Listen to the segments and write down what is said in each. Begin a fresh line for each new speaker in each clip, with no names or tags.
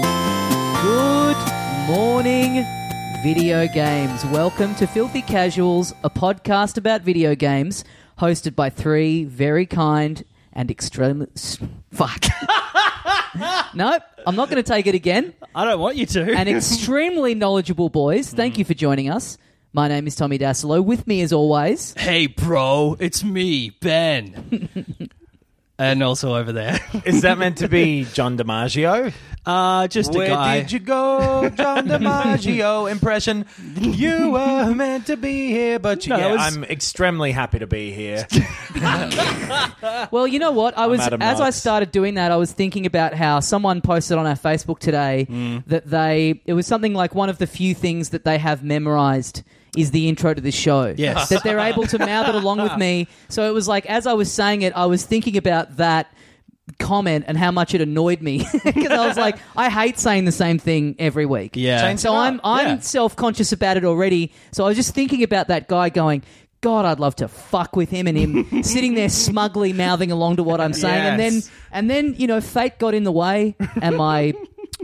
Good morning, video games. Welcome to Filthy Casuals, a podcast about video games hosted by three very kind and extremely. Fuck. nope, I'm not going to take it again.
I don't want you to.
And extremely knowledgeable boys, thank you for joining us. My name is Tommy Dasilo. With me, as always,
hey, bro, it's me, Ben. and also over there.
Is that meant to be John DiMaggio?
Uh, just
Where
a guy.
did you go, John DiMaggio impression? You were meant to be here, but you,
No,
yeah,
it was-
I'm extremely happy to be here.
Well, you know what? I was
Adam
as I
Knox.
started doing that, I was thinking about how someone posted on our Facebook today that they it was something like one of the few things that they have memorized is the intro to this show.
Yes.
That they're able to mouth it along with me. So it was like as I was saying it, I was thinking about that comment and how much it annoyed me because I was like I hate saying the same thing every week.
Yeah. Change
So
it up.
I'm I'm
Yeah.
self-conscious about it already. So I was just thinking about that guy going God, I'd love to fuck with him and him sitting there smugly mouthing along to what I'm saying, and then
Yes.
and then you know fate got in the way, and my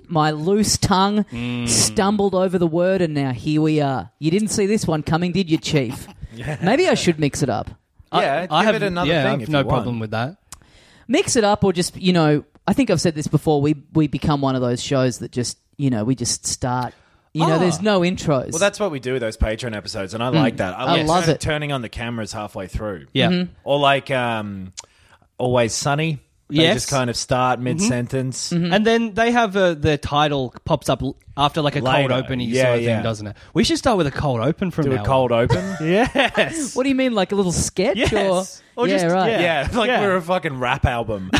my loose tongue stumbled over the word, and now here we are. You didn't see this one coming, did you, Chief? Maybe I should mix it up.
yeah, give
I have
it another
yeah, I
thing.
have
if
no
you want.
problem with that.
mix it up or just you know i think i've said this before we we become one of those shows that just you know we just start you know there's no intros
Well, that's what we do with those Patreon episodes, and I
Hmm.
like that. I, like
love
turn-
it.
turning on the cameras halfway through.
Yeah.
or like um, Always Sunny. They
Yes. Mm-hmm.
just kind of start mid sentence.
And then they have uh, the title pops up l- after like a
Later.
cold opening
Yeah,
sort of
yeah.
thing, doesn't it? We should start with a cold open from
Do
now
a cold open.
on. Yes.
what do you mean like a little sketch
Yes.
or,
Or
yeah
just-
right
Yeah, like
Yeah.
we're a fucking rap album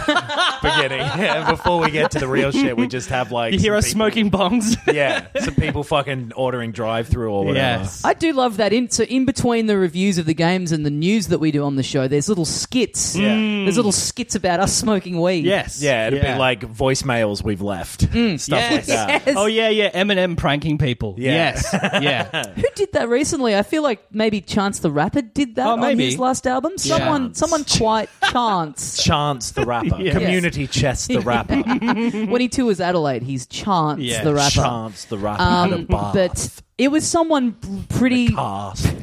beginning. Yeah, before we get to the real shit, we just have like
you hear
some
us
people-
smoking bongs?
Yeah, some people fucking ordering drive through or whatever.
yes.
I do love that. In so in between the reviews of the games and the news that we do on the show, there's little skits. Mm.
Yeah.
There's little skits about us smoking weed.
yes.
Yeah, it'd be like voicemails we've left, stuff
Mm, Yes.
like that.
Yes.
Oh yeah, yeah. Eminem pranking people.
Yeah.
Yes. Yeah.
Who did that recently? I feel like maybe Chance the Rapper did that
Oh,
on
maybe.
his last album. Someone,
Chance.
someone quite Chance.
Chance the rapper,
Yes.
community chess the rapper,
when he tours Adelaide, he's Chance
Yeah,
the Rapper.
Chance the rapper at a
Um,
bar.
but it was someone pretty.
Ass.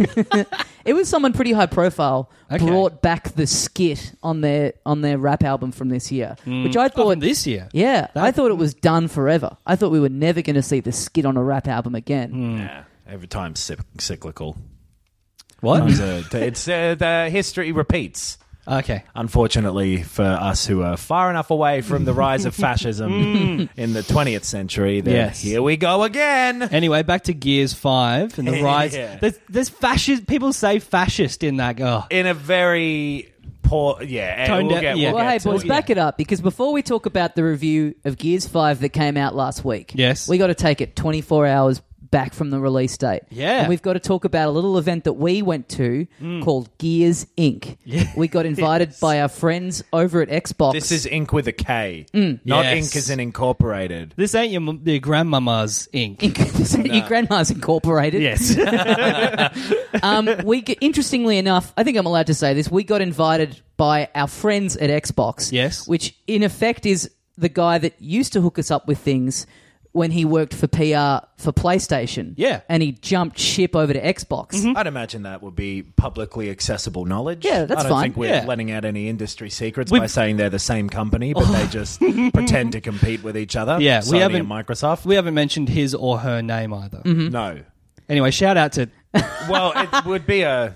It was someone pretty high profile
Okay.
brought back the skit on their on their rap album from this year, which I thought
Mm. From this year.
Yeah, I thought it was done forever. I thought we were never going to see the skit on a rap album again.
Yeah, every time cyc- cyclical.
What?
It's, uh, it's uh, the history repeats.
Okay.
Unfortunately for us who are far enough away from the rise of fascism in the 20th century, that
Hmm. Yes.
here we go again.
Anyway, back to Gears Five and the rise.
Yeah.
There's, there's fascist. People say fascist in that. Oh,
in a very poor yeah eh,
Tone
we'll
down-
get,
yeah.
we'll
Well,
get
hey,
to
boys,
it.
back it up because before we talk about the review of Gears 5 that came out last week,
Yes.
we got to take it 24 hours back from the release date.
Yeah. Mm.
And we've got to talk about a little event that we went to called Gears Inc. We got invited by our friends over at Xbox.
this is ink with a k not
Hmm. Yes.
ink as in incorporated
this ain't your mum- your grandmama's ink.
Is that your grandma's incorporated.
Yes.
Um, we g- interestingly enough, I think I'm allowed to say this. We got invited by our friends at Xbox.
Yes.
which in effect is the guy that used to hook us up with things. when he worked for PR for PlayStation.
Yeah. Mm-hmm.
And he jumped ship over to Xbox.
I'd imagine that would be publicly accessible knowledge.
Yeah, that's
I don't
fine.
think we're
Hmm? Yeah.
letting out any industry secrets
We-
by saying they're the same company, but they just pretend to compete with each other.
Yeah, we
Sony
haven't- Mm-hmm.
and Microsoft.
We haven't mentioned his or her name either.
Mm-hmm. No.
Anyway, shout out to
Well, it would be a.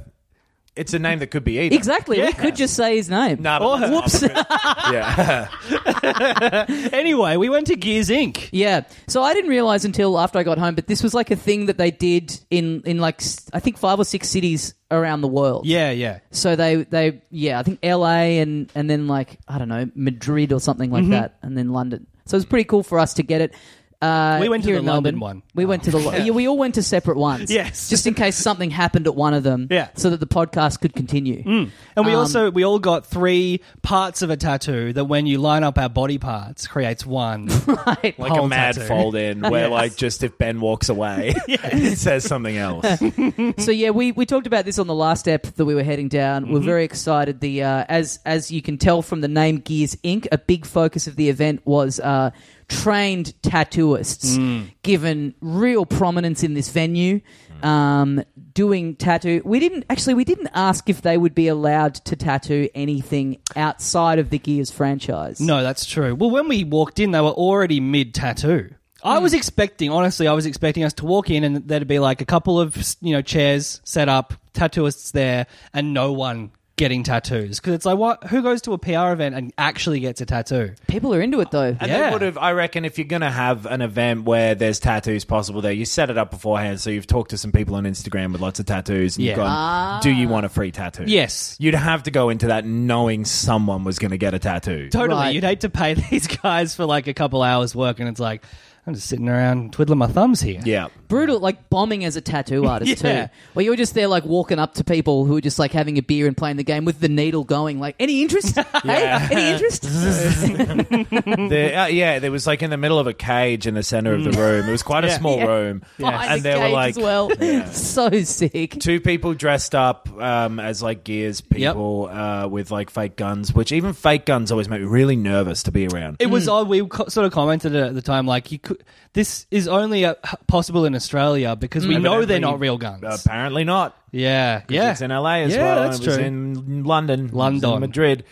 It's a name that could be either.
Exactly. We could just say his name.
Nah, but that's
Whoops.
not- yeah.
anyway. We went to Gears Inc.
Yeah. So I didn't realize until after I got home, but this was like a thing that they did in in like s- I think five or six cities around the world.
Yeah, yeah.
So they they yeah I think L.A. and and then like I don't know Madrid or something
Mm-hmm.
like that, and then London. So it was pretty cool for us to get it. Uh,
We went to
here
the
in
London one.
We went to the lo- yeah. We all went to separate ones.
Yes.
Just in case something happened at one of them.
Yeah. Mm.
So that the podcast could continue.
And we also we all got three parts of a tattoo that when you line up our body parts creates one.
Right.
Like a
Whole
mad
tattoo.
fold in where, like, just if Ben walks away, it says something else.
So yeah, we, we talked about this on the last step that we were heading down. We're very excited. The uh, as as you can tell from the name Gears Inc, a big focus of the event was uh, trained tattooists given real prominence in this venue, um, doing tattoo. We didn't actually we didn't ask if they would be allowed to tattoo anything outside of the Gears franchise.
no, that's true. Well, when we walked in, they were already mid tattoo. I was expecting, honestly, I was expecting us to walk in and there'd be like a couple of you know chairs set up, tattooists there, and no one getting tattoos because it's like what? Who goes to a PR event and actually gets a tattoo?
people are into it though.
And
Yeah.
they would have, I reckon, if you're going to have an event where there's tattoos possible there, you set it up beforehand. So you've talked to some people on Instagram with lots of tattoos and
Yeah.
you've gone, do you want a free tattoo?
Yes.
You'd have to go into that knowing someone was going to get a tattoo.
Totally.
Right.
You'd hate to pay these guys for like a couple hours work and it's like, I'm just sitting around twiddling my thumbs here.
Yeah.
brutal like bombing as a tattoo artist
Yeah.
too where you're just there like walking up to people who are just like having a beer and playing the game with the needle going like any interest hey any interest Mm-hmm.
The, uh, yeah, there was like in the middle of a cage in the center of the
Mm.
room. It was quite a small room.
Behind
And
the
there were
cage
like
as well so sick
two people dressed up um, as like Gears people uh, with like fake guns, which even fake guns always make me really nervous to be around.
It was odd. We co- sort of commented at the time, like, you could, this is only uh, h- possible in Australia because we know they're not real guns.
Apparently not.
yeah. Yeah.
It's in LA as
yeah,
well.
That's
and it
true.
was in London. It was
London. Mm.
in Madrid.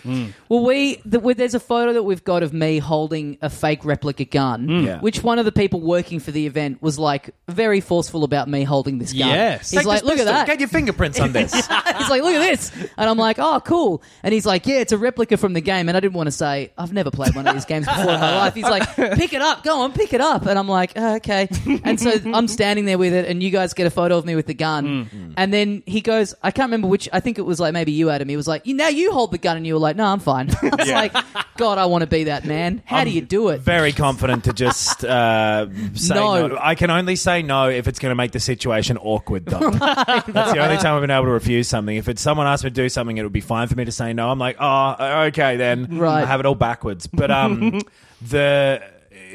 well we the, well, there's a photo that we've got of me holding a fake replica gun
Yeah.
which one of the people working for the event was like very forceful about me holding this gun
Yes.
he's
Take
like
This
look at
pistol,
that
Get your fingerprints on this.
he's like, look at this. And I'm like, oh, cool. And he's like, yeah, it's a replica from the game. And I didn't want to say, I've never played one of these games before in my life. He's like, pick it up. Go on, pick it up. And I'm like, oh, okay. And so I'm standing there with it, and you guys get a photo of me with the gun. And then he goes, I can't remember which, I think it was like maybe you, Adam. He was like, now you hold the gun. And you were like, no, I'm fine. I was like, God, I want to be that man. How do you do it?
Very confident to just uh, say
No.
no. I can only say no if it's going to make the situation awkward, though. That's the only time I've been able to refuse something. If it's someone asked me to do something, it would be fine for me to say no. I'm like, oh, okay, then.
Right.
I have it all backwards. But um, the.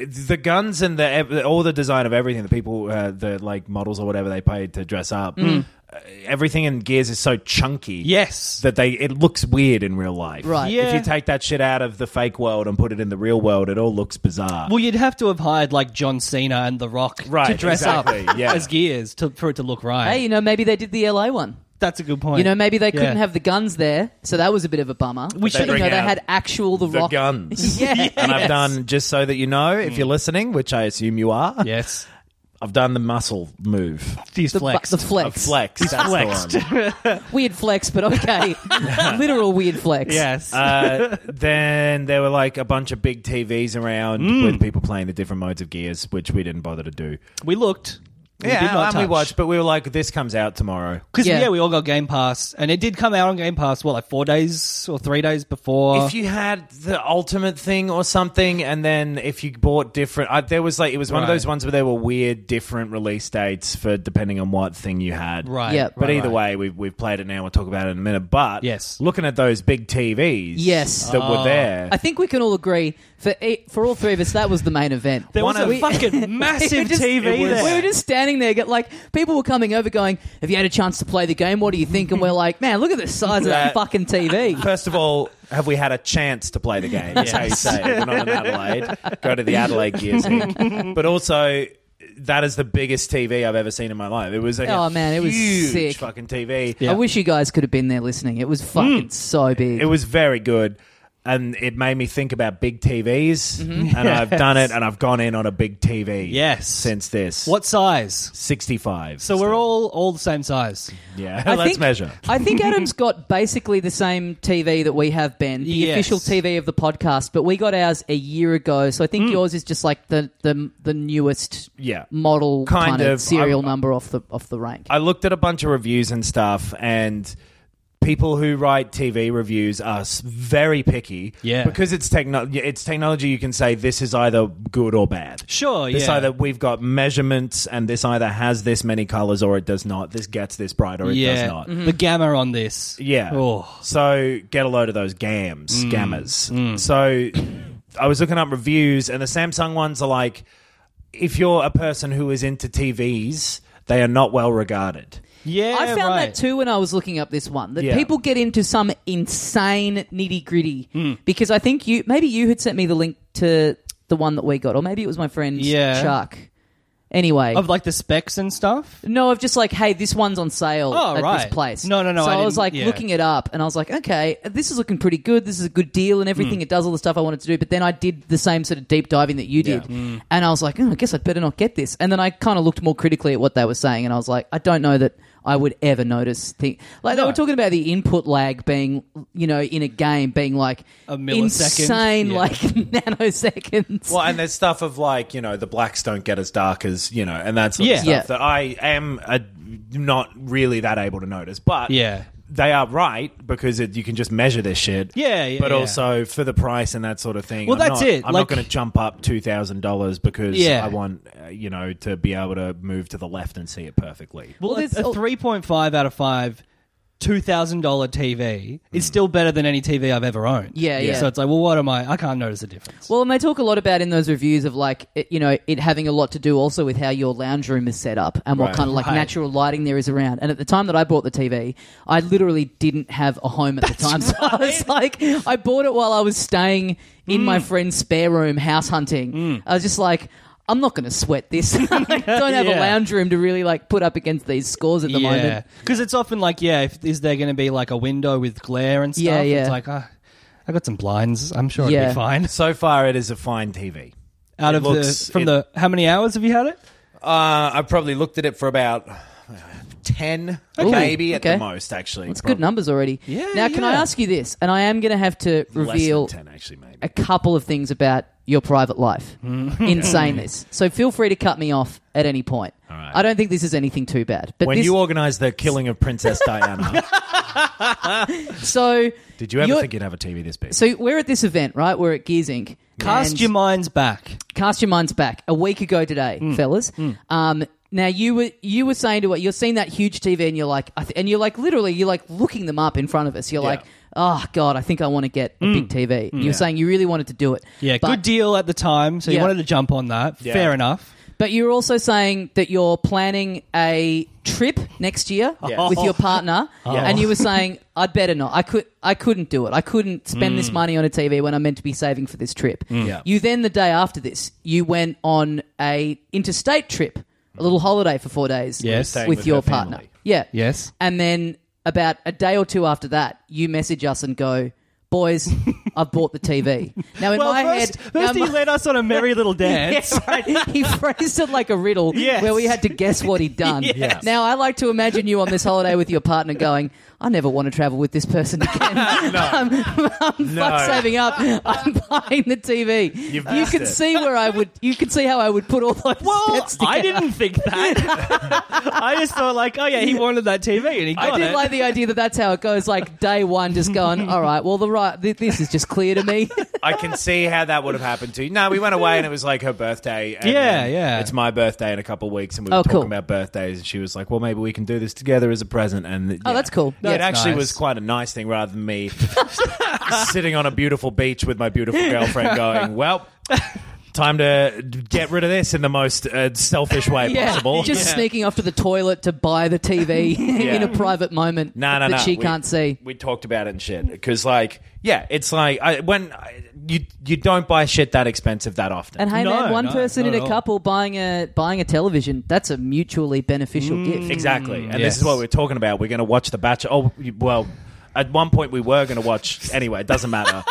The guns and the all the design of everything, the people, uh, the like models or whatever they paid to dress up,
Mm.
uh, everything in Gears is so chunky.
yes.
that they it looks weird in real life.
Right.
Yeah.
If you take that shit out of the fake world and put it in the real world, it all looks bizarre.
well, you'd have to have hired like John Cena and The Rock to
Right,
dress up
exactly, yeah.
as gears to, for it to look right.
Hey, you know, maybe they did the LA one.
that's a good point.
You know, maybe they couldn't
Yeah.
have the guns there, so that was a bit of a bummer.
We
But,
should
you know,
bring
they
out
had actual the,
the
rock
guns.
Yeah,
And I've done just so that you know, if you're listening, which I assume you are,
Yes.
I've done the muscle move.
He's
the, bu-
flexed.
the
I've
flex.
flexed. That's
flexed.
the one.
Weird flex, but okay. Literal weird flex.
yes.
Uh, then there were like a bunch of big TVs around with people playing the different modes of gears, which we didn't bother to do.
we looked. we did
yeah,
not
and we
touch.
watched, but we were like, "This comes out tomorrow."
Because
Yeah.
yeah. we all got Game Pass, and it did come out on Game Pass. What, like four days or three days before?
if you had the ultimate thing or something, and then if you bought different, I, there was like it was one of
Right.
those ones where there were weird different release dates for depending on what thing you had.
right?
Yeah.
But
right,
either
right.
way, we've we've played it now. We'll talk about it in a minute. But
Yes.
looking at those big TVs,
Yes.
that were there.
I think we can all agree for e- for all three of us that was the main event.
there was
one
a
of-
fucking
We were
massive
just-
TV
We
there.
were just standing standing there, get like people were coming over, going, "Have you had a chance to play the game? What do you think?" And we're like, "Man, look at the size of that
Yeah.
fucking TV."
First of all, have we had a chance to play the game? That's how you say it. We're not in Adelaide. Go to the Adelaide Gears League. But also, that is the biggest TV I've ever seen in my life. It was like
Oh,
a
man, it was
huge
sick.
fucking TV.
I wish you guys could have been there listening. It was fucking so big.
It was very good. And it made me think about big TVs. And I've done it and I've gone in on a big TV.
Mm-hmm. Yes.
Since this.
What size?
65.
So we're all all the same size.
Yeah.
I
Let's
think-
measure.
I think Adam's got basically the same TV that we have, Ben, the
Yes.
official TV of the podcast. But we got ours a year ago, so I think yours is just like the the, the newest
Yeah.
model kind,
Kind
of,
of.
serial
I'm-
number off the off the rank.
I looked at a bunch of reviews and stuff, and people who write TV reviews are s- very picky.
Yeah.
because it's techno- it's technology. You can say this is either good or bad.
Sure,
This
oh, yeah.
either we've got measurements, and this either has this many colors or it does not. This gets this bright or it
yeah.
does not.
The gamma on this.
Yeah.
Oh.
So get a load of those gams, gammas. So I was looking up reviews, and the Samsung ones are like, if you're a person who is into TVs, they are not well regarded.
Yeah.
I found
right.
that too when I was looking up this one that
Yeah.
people get into some insane nitty gritty because I think you maybe you had sent me the link to the one that we got, or maybe it was my friend
Yeah.
Chuck. Anyway,
Of like the specs and stuff.
no, of just like, hey, this one's on sale
Oh,
at
right.
this place.
No, no, no,
So
I
I, was
didn't-
like
yeah.
looking it up, and I was like, okay, this is looking pretty good. This is a good deal, and everything.
Mm.
It does all the stuff I wanted to do. But then I did the same sort of deep diving that you did,
Mm.
and I was like, oh, I guess I'd better not get this. And then I kind of looked more critically at what they were saying, and I was like, I don't know that I would ever notice thing like they were talking about the input lag being, you know, in a game being like
A millisecond.
insane,
Yeah.
like nanoseconds.
Well, and there's stuff of like you know the blacks don't get as dark as you know, and that sort
Yeah.
of stuff
Yeah.
that I am uh not really that able to notice, but
Yeah.
They are right because it, you can just measure this shit.
Yeah, yeah,
But
yeah.
also for the price and that sort of thing.
Well,
I'm
that's
not-
it,
I'm
like-
not going to jump up two thousand dollars because
Yeah.
I want uh, you know to be able to move to the left and see it perfectly.
Well,
Well,
a,
there's
a
al-
3.5 out of 5 $2,000 TV
Mm.
is still better than any TV I've ever owned.
Yeah, yeah.
So it's like, well, what am I? I can't notice a difference.
Well, and they talk a lot about in those reviews of like it, you know it having a lot to do also with how your lounge room is set up and what
Right.
kind of like natural lighting there is around. And at the time that I bought the TV, I literally didn't have a home at the time, so I was like, I bought it while I was staying in my
Mm.
friend's spare room house hunting. I was just like. I'm not going to sweat this. I don't have a
Yeah.
lounge room to really like put up against these scores at the moment.
Because it's often like, yeah, if, is there going to be like a window with glare and stuff?
Yeah, yeah.
It's like, ah, I got some blinds. I'm sure it'll
Yeah.
be fine.
So far, it is a fine TV.
Out of
looks-
the from
it-
the how many hours have you had it?
Uh, I probably looked at it for about uh, ten,
Ooh,
maybe at
okay.
the most. Actually,
It's good numbers already.
Yeah,
now, can I
yeah.
ask you this? And I am going to have to
Less than
reveal
ten, actually, maybe.
a couple of things about your private life
Mm.
in saying this. So feel free to cut me off at any point.
right.
I don't think this is anything too bad. But
when
this,
you organised the killing of Princess Diana,
so
did you ever
you're-
think you'd have a TV this big?
So we're at this event, right? We're at Gears Inc.
Cast
And-
your minds back.
cast your minds back a week ago today,
Mm.
fellas. Um, now you were you were saying to it, you're seeing that huge TV, and you're like, I th- and you're like, literally, you're like looking them up in front of us. You're like, oh god, I think I want to get a
Mm.
big TV. You're saying you really wanted to do it,
Yeah,
But-
good deal at the time. So
Yeah.
you wanted to jump on that.
Yeah.
Fair enough.
But you're also saying that you're planning a trip next year
Yeah.
with your partner,
Yeah.
and you were saying, "I'd better not. I could. I couldn't do it. I couldn't spend this money on a TV when I'm meant to be saving for this trip."
Yeah.
You then the day after this, you went on a interstate trip, a little holiday for four days,
Yes.
with,
Staying
with
your
her
partner.
family.
Yeah,
Yes.
And then about a day or two after that, you message us and go. Boys, I've bought the TV. Now in
Well,
my
first,
head, now
first
in
he
my-
led us on a merry little dance.
yeah, right. he phrased it like a riddle
Yes.
where we had to guess what he'd done.
Yes.
Now, I like to imagine you on this holiday with your partner going, I never want to travel with this person again.
no,
I'm saving up. I'm buying the TV.
You've
you
missed
can
it.
see where I would, you can see how I would put all those
Well,
steps together.
I didn't think that. I just thought like, oh yeah, he wanted that TV and he got
I did
it.
like the idea that that's how it goes. Like day one, just going, all right. Well, the right, th- this is just clear to me.
I can see how that would have happened to you. No, we went away and it was like her birthday. And
Yeah,
then
yeah.
It's my birthday in a couple of weeks, and we were
Oh,
talking
cool.
about birthdays. And she was like, "Well, maybe we can do this together as a present." And
Oh,
yeah.
that's cool. Yeah.
it actually
nice.
was quite a nice thing, rather than me sitting on a beautiful beach with my beautiful girlfriend, going, "Well." Time to d- get rid of this in the most uh, selfish way
Yeah,
possible.
just sneaking off to the toilet to buy the TV in a private moment
No, no,
that
no.
she
We-
can't see.
We talked about it and shit because, like, yeah, it's like I, when I, you you don't buy shit that expensive that often.
And hey,
No,
man, one
no,
person in
not at
a
all.
couple buying a buying a television—that's a mutually beneficial gift.
Mm, exactly, and
yes.
this is what we're talking about. We're going to watch The Bachelor. Oh, you- well. At one point, we were going to watch. Anyway, it doesn't matter.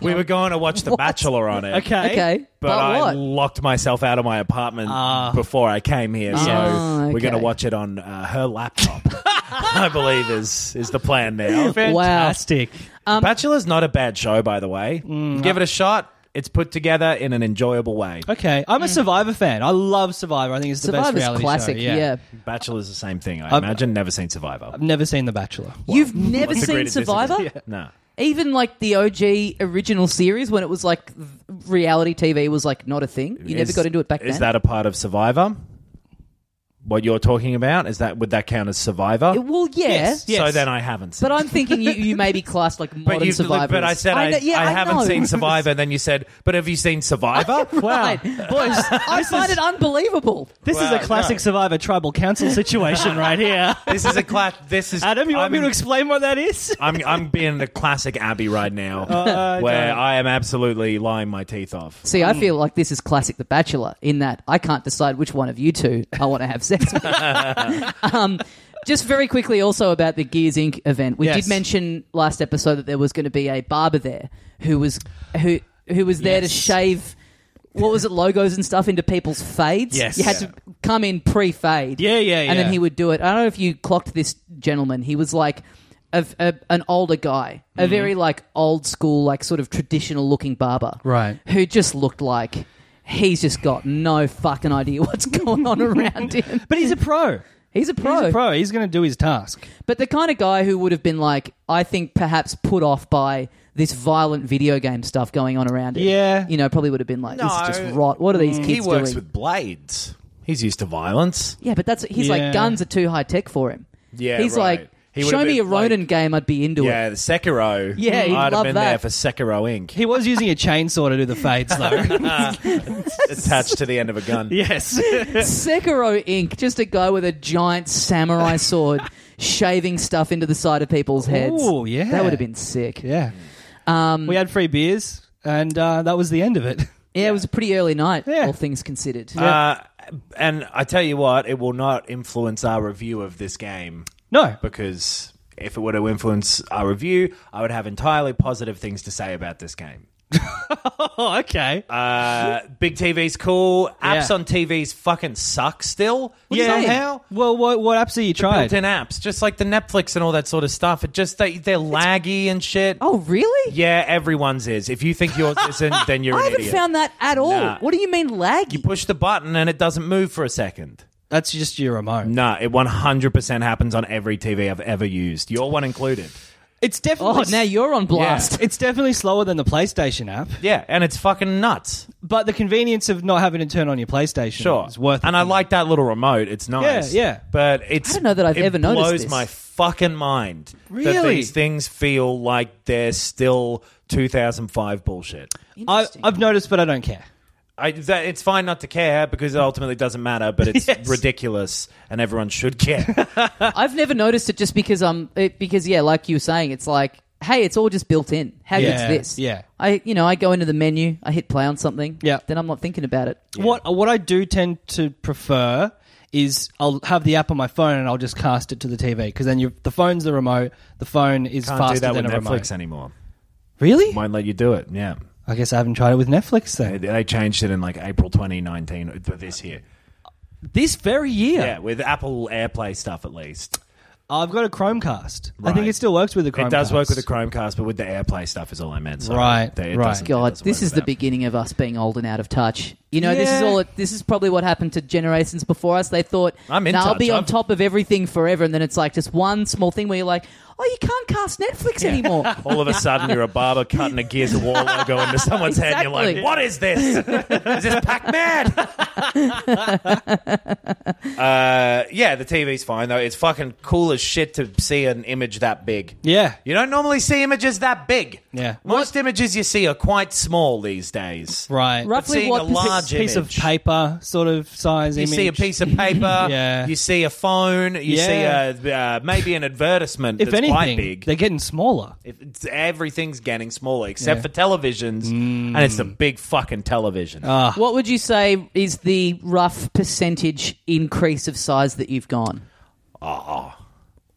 we were going to watch The Bachelor on it.
Okay.
Okay,
But,
but,
I
what?
locked myself out of my apartment before I came here, so
Ah,
we're going to
okay.
watch it on uh, her laptop. I believe is is the plan now.
Fantastic.
Um,
Bachelor's not a bad show, by the way.
Mm,
Give it a shot. It's put together in an enjoyable way.
Okay, I'm a Survivor fan. I love Survivor. I think it's the best
Survivor's
reality
classic.
show.
yeah,
Bachelor's the same thing. I imagine. Never seen Survivor.
I've never seen The Bachelor.
you've never
What's the
seen
greatest
Survivor,
disadvantage? No.
even like the OG original series when it was like th- reality TV was like not a thing. You never
Is-
got into it back
Is
then.
that a part of Survivor? What you're talking about is that would that count as Survivor?
well, yeah.
Yes, yes.
So then I haven't. Seen
But I'm thinking you, you maybe classed like modern
But, you,
Survivor.
but I
as-
said I,
know- yeah,
I haven't
know.
seen Survivor. Then you said, but have you seen Survivor?
Right. Boys, I find it unbelievable.
This
Wow,
is a classic
no.
Survivor tribal council situation right here.
This is a class. This is
Adam, you want
I'm,
me to explain what that is?
I'm I'm being a classic Abby right now,
Oh,
uh,
where
don't.
I am absolutely lying my teeth off.
See, I
Mm.
feel like this is classic The Bachelor in that I can't decide which one of you two I want to have sex with. um, just very quickly, also about the Gears Inc. event, we
Yes.
did mention last episode that there was going to be a barber there who was who who was there
Yes.
to shave. What was it? Logos and stuff into people's fades.
Yes.
you had
Yeah.
to come in pre-fade.
Yeah, yeah,
And
yeah.
then he would do it. I don't know if you clocked this gentleman. He was like a, a, an older guy, a
Mm-hmm.
very like old school, like sort of traditional looking barber,
Right.
Who just looked like he's just got no fucking idea what's going on around him.
But he's a pro.
He's a pro,
He's a pro. He's going to do his task.
but the kind of guy who would have been like, I think perhaps put off by. This violent video game stuff going on around him.
Yeah.
You know, probably would have been like, this is just
No. Mm.
rot. What are these kids
He works
doing?
with blades. He's used to violence.
Yeah, but that's he's
Yeah.
like guns are too high tech for him.
Yeah,
he's
right.
like
He would've
show me
been
a Ronin
like-
game, I'd be into
Yeah,
it.
the Sekiro.
Yeah, he'd
I'd have
love
been
that.
there for Sekiro Inc.
He was using a chainsaw to do the fades, though.
attached to the end of a gun.
yes.
Sekiro Inc. Just a guy with a giant samurai sword shaving stuff into the side of people's heads.
Ooh, yeah.
that would have been sick. Yeah,
Yeah. we had free beers, and uh, that was the end of it.
it was a pretty early night,
Yeah.
all things considered.
Uh, and I tell you what, it will not influence our review of this game
No.
because if it were to influence our review, I would have entirely positive things to say about this game.
Oh, okay.
Uh, big TV's cool. Apps
Yeah.
on TVs fucking suck still.
do you mean?
somehow.
well, what, what apps are you tried?
Built-in apps, just like the Netflix and all that sort of stuff. It just they they're laggy and shit.
oh, really?
Yeah, everyone's is. If you think yours isn't, then you're
I
an
haven't
idiot.
found that at all.
Nah.
What do you mean laggy?
Push the button and it doesn't move for a second.
That's just your remote.
Nah, it 100% happens on every TV I've ever used. Your one included.
It's definitely.
oh, now you're on blast.
It's definitely slower than the PlayStation app,
Yeah, and it's fucking nuts.
but the convenience of not having to turn on your PlayStation
Sure,
is worth it.
And I like that little remote. It's nice.
Yeah, yeah.
But it's
I don't know that I've
it
ever noticed
blows
this.
my fucking mind. that
Really?
these things feel like they're still 2005 bullshit.
I,
Interesting.
I've noticed, but I don't care.
I, that, it's fine not to care because it ultimately doesn't matter, but it's
Yes.
ridiculous and everyone should care.
I've never noticed it just because um it, because yeah, like you were saying, it's like hey, it's all just built in. How
Yeah,
good's this?
yeah.
I you know I go into the menu, I hit play on something.
Yeah.
then I'm not thinking about it.
What what I do tend to prefer is I'll have the app on my phone and I'll just cast it to the TV because then you the phone's the remote. The phone is
Can't
faster
do that with
than a
Netflix
remote.
anymore.
Really?
Won't let you do it. Yeah.
I guess I haven't tried it with Netflix
They,
then.
they changed it in like April 2019 for this year.
This very year,
Yeah, with Apple AirPlay stuff at least.
I've got a Chromecast. I
Right.
think it still works with the Chromecast.
It does work with the Chromecast, but with the AirPlay stuff is all I meant. Sorry.
Right,
They- it
right.
doesn't- it
God,
doesn't
this
work
is
with
the
that.
beginning of us being old and out of touch. You know, this is
Yeah.
all. This is probably what happened to generations before us. They thought,
I'm in
"Nah, I'll
touch.
be on
I've-
top of everything forever," and then it's like just one small thing where you're like, "Oh, you can't cast Netflix anymore."
All of a sudden, you're a barber cutting a Gears of War logo into someone's head. And you're
Exactly.
like, what is this? is this Pac Man? uh, yeah, the TV's fine, though. It's fucking cool as shit to see an image that big.
Yeah.
You don't normally see images that big.
Yeah.
Most images you see are quite small these days.
Right.
Right.
But
Roughly
seeing
what
a
perce-
large
Piece of
image-
paper sort of size
You
image.
see a piece of paper.
Yeah.
You see a phone. You
Yeah.
see a, uh, maybe an advertisement
If
that's
anything,
quite big.
they're getting smaller.
If it's, everything's getting smaller except
Yeah. Mm.
for televisions, and it's a big fucking television.
Oh.
what would you say is the rough percentage increase of size that you've gone?
Ah.
Oh.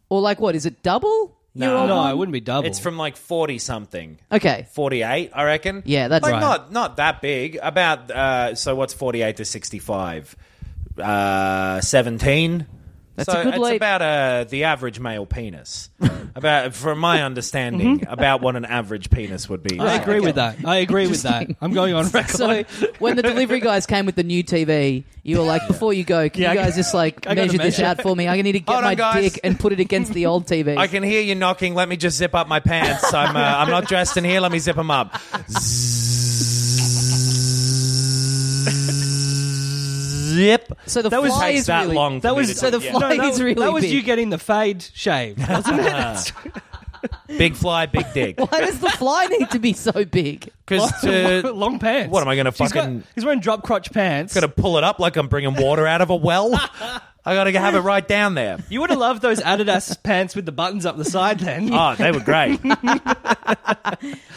Or like, what is it? Double? Your old
no,
one?
it wouldn't be double.
it's from like forty something,
Okay.
forty-eight, I reckon.
Yeah, that's
like
right.
not not that big. About uh, so what's forty-eight to sixty-five? Uh, Seventeen.
That's
so
a good
it's
leap.
about uh, the average male penis. about from my understanding, about what an average penis would be.
I
Mm-hmm. Right,
agree
okay.
with that. I agree with that. I'm going on record.
So when the delivery guys came with the new TV, you were like, "Before you go, can
Yeah,
you
I
guys
got-
just like
I gotta
measure this
measure.
out for me? I need to get
Hold on,
my
guys.
dick and put it against the old TV."
I can hear you knocking. Let me just zip up my pants. I'm uh, I'm not dressed in here. Let me zip them up. zip.
So the
that was
fly
takes
is
that
really-
long.
that
for me
was
to
so the
do.
fly
No, that,
is really
that was
big.
you getting the fade shave, wasn't it?
Yeah. big fly, big dick.
Why does the fly need to be so big?
Because to
Long pants.
What am I gonna
She's got-
fucking-
he's wearing drop crotch pants.
gonna pull it up like I'm bringing water out of a well. I gotta have it right down there.
You would have loved those Adidas pants with the buttons up the side. Then
Oh, they were great.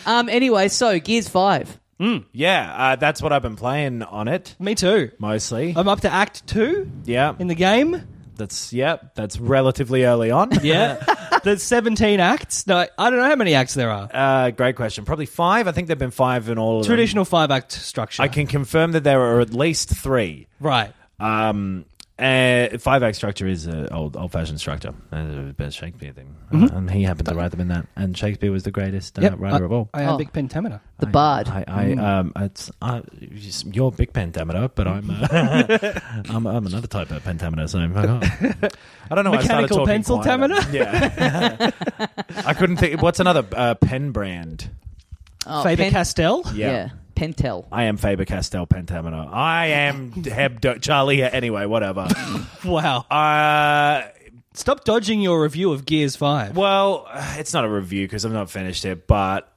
Um. Anyway, so Gears Five.
Yeah, uh, that's what I've been playing on it
me too.
mostly.
I'm up to Act Two
yeah,
in the game.
that's yeah, that's relatively early on.
Yeah, there's 17 acts. No, I don't know how many acts there are.
Uh, great question. Probably five. I think there've been five in all. Of them.
Traditional five act structure.
I can confirm that there are at least three.
right.
Um, uh, five act structure is an old old fashioned structure. Uh, best Shakespeare thing, uh, and he happened to write them in that. And Shakespeare was the greatest uh,
Mm-hmm. Yep.
writer
I,
of all.
I am
Oh.
big pentameter.
The Bard.
I, I
Mm.
um, it's uh, you're big pentameter, but I'm uh, I'm, I'm another type of pentameter. So oh. fuck off. I don't know. why I started
Mechanical
talking
pencil
quieter.
tameter?
Yeah, I couldn't think. What's another uh, pen brand?
Oh,
Faber
Pen-
Castell.
Yeah. Pentel.
I am Faber Castell Pentameter. I am Heb Charlie. Anyway, whatever.
Wow.
Uh,
Stop dodging your review of Gears Five.
well, it's not a review because I've not finished it, but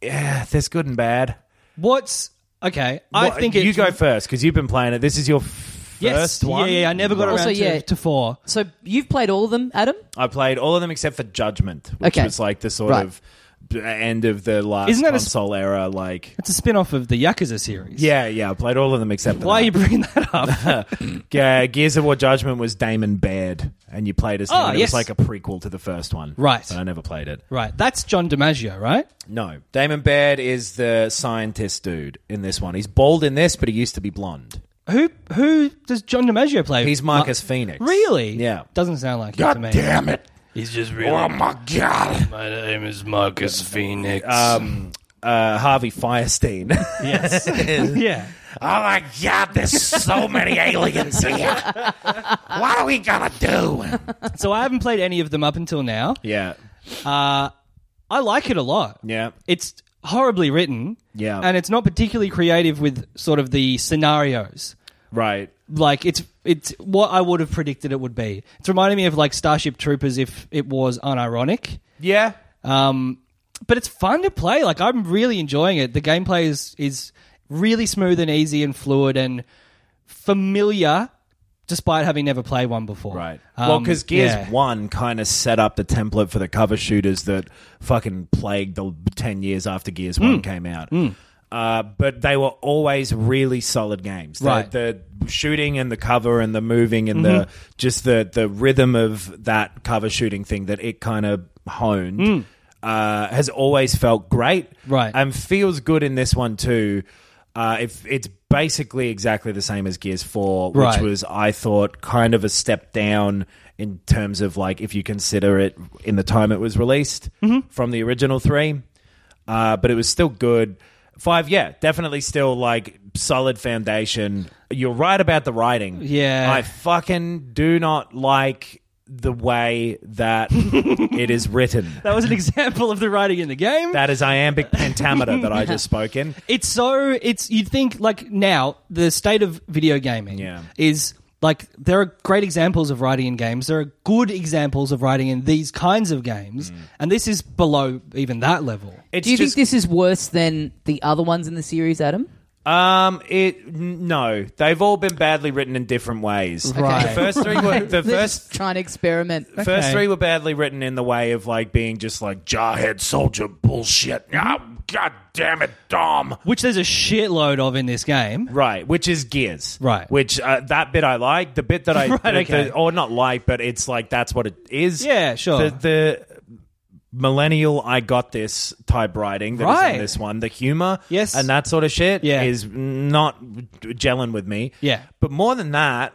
yeah, there's good and bad.
What's okay? I
What-
think
you
it's-
go first because you've been playing it. This is your f-
Yes.
first one.
Yeah, yeah. I never got
Also,
around to,
yeah.
to four.
So you've played all of them, Adam?
I played all of them except for Judgment, which
Okay.
was like the sort
Right.
of b- end of the last
Isn't that a s-
console era. Like,
It's a spin off of the Yakuza series.
yeah, yeah, I played all of them except for
Why are
that.
you bringing that up?
Yeah, Gears of War Judgment was Damon Baird, and you played as him.
Oh,
and it
yes.
was like a prequel to the first one,
Right.
But I never played it.
right. That's John DiMaggio, right?
No, Damon Baird is the scientist dude in this one. He's bald in this, but he used to be blonde.
Who who does John DiMaggio play?
He's Marcus Phoenix.
Really?
Yeah.
Doesn't sound like it to me.
it!
He's just really. Oh my god! My name is Marcus Phoenix.
Um, uh, Harvey Firestein.
Yes. yeah.
oh my god! There's so many aliens here. What are we gonna do?
So I haven't played any of them up until now.
yeah,
I like it a lot.
yeah.
It's horribly written.
Yeah.
And it's not particularly creative with sort of the scenarios.
Right.
Like it's it's what I would have predicted it would be. It's reminding me of like Starship Troopers if it was unironic.
Yeah.
Um, but it's fun to play. Like I'm really enjoying it. The gameplay is is really smooth and easy and fluid and familiar, despite having never played one before.
Right.
Um,
well, because Gears
yeah.
1 kind of set up the template for the cover shooters that fucking plagued the 10 years after Gears
Hmm.
1 came out. Uh, but they were always really solid games. The,
Right. Mm-hmm.
the shooting and the cover and the moving and the just the, the rhythm of that cover shooting thing that it kind of honed uh, has always felt great.
Hmm. Right.
And feels good in this one too. Uh, if it's basically exactly the same as Gears 4, which
Right.
was was, I thought kind of a step down in terms of like if you consider it in the time it was released from the original three, uh, but it was still good. Five, yeah, definitely still like solid foundation. You're right about the writing.
Yeah.
I fucking do not like the way that it is written.
That was an example of the writing in the game.
That is iambic pentameter that I just spoke in.
it's so it's you'd think like now the state of video gaming
Yeah.
is like there are great examples of writing in games there are good examples of writing in these kinds of games and this is below even that level
It's
Do you
just,
think this is worse than the other ones in the series, Adam?
Um, it n- no, they've all been badly written in different ways.
Right.
The first three were
They're
the
just
first
trying to experiment.
first three were badly written in the way of like being just like
Jawhead soldier bullshit.
Ah,
Oh, God damn it, Dom.
which there's a shitload of in this game
Right, which is Gears.
Right.
Which uh, that bit I like. The bit that I
Right,
the-
okay.
the- or not like, but it's like that's what it is.
Yeah, sure.
The, the millennial I got this type writing that is
Right.
in this one. The humor
Yes.
and that sort of shit
Yeah.
is not gelling with me.
Yeah.
But more than that,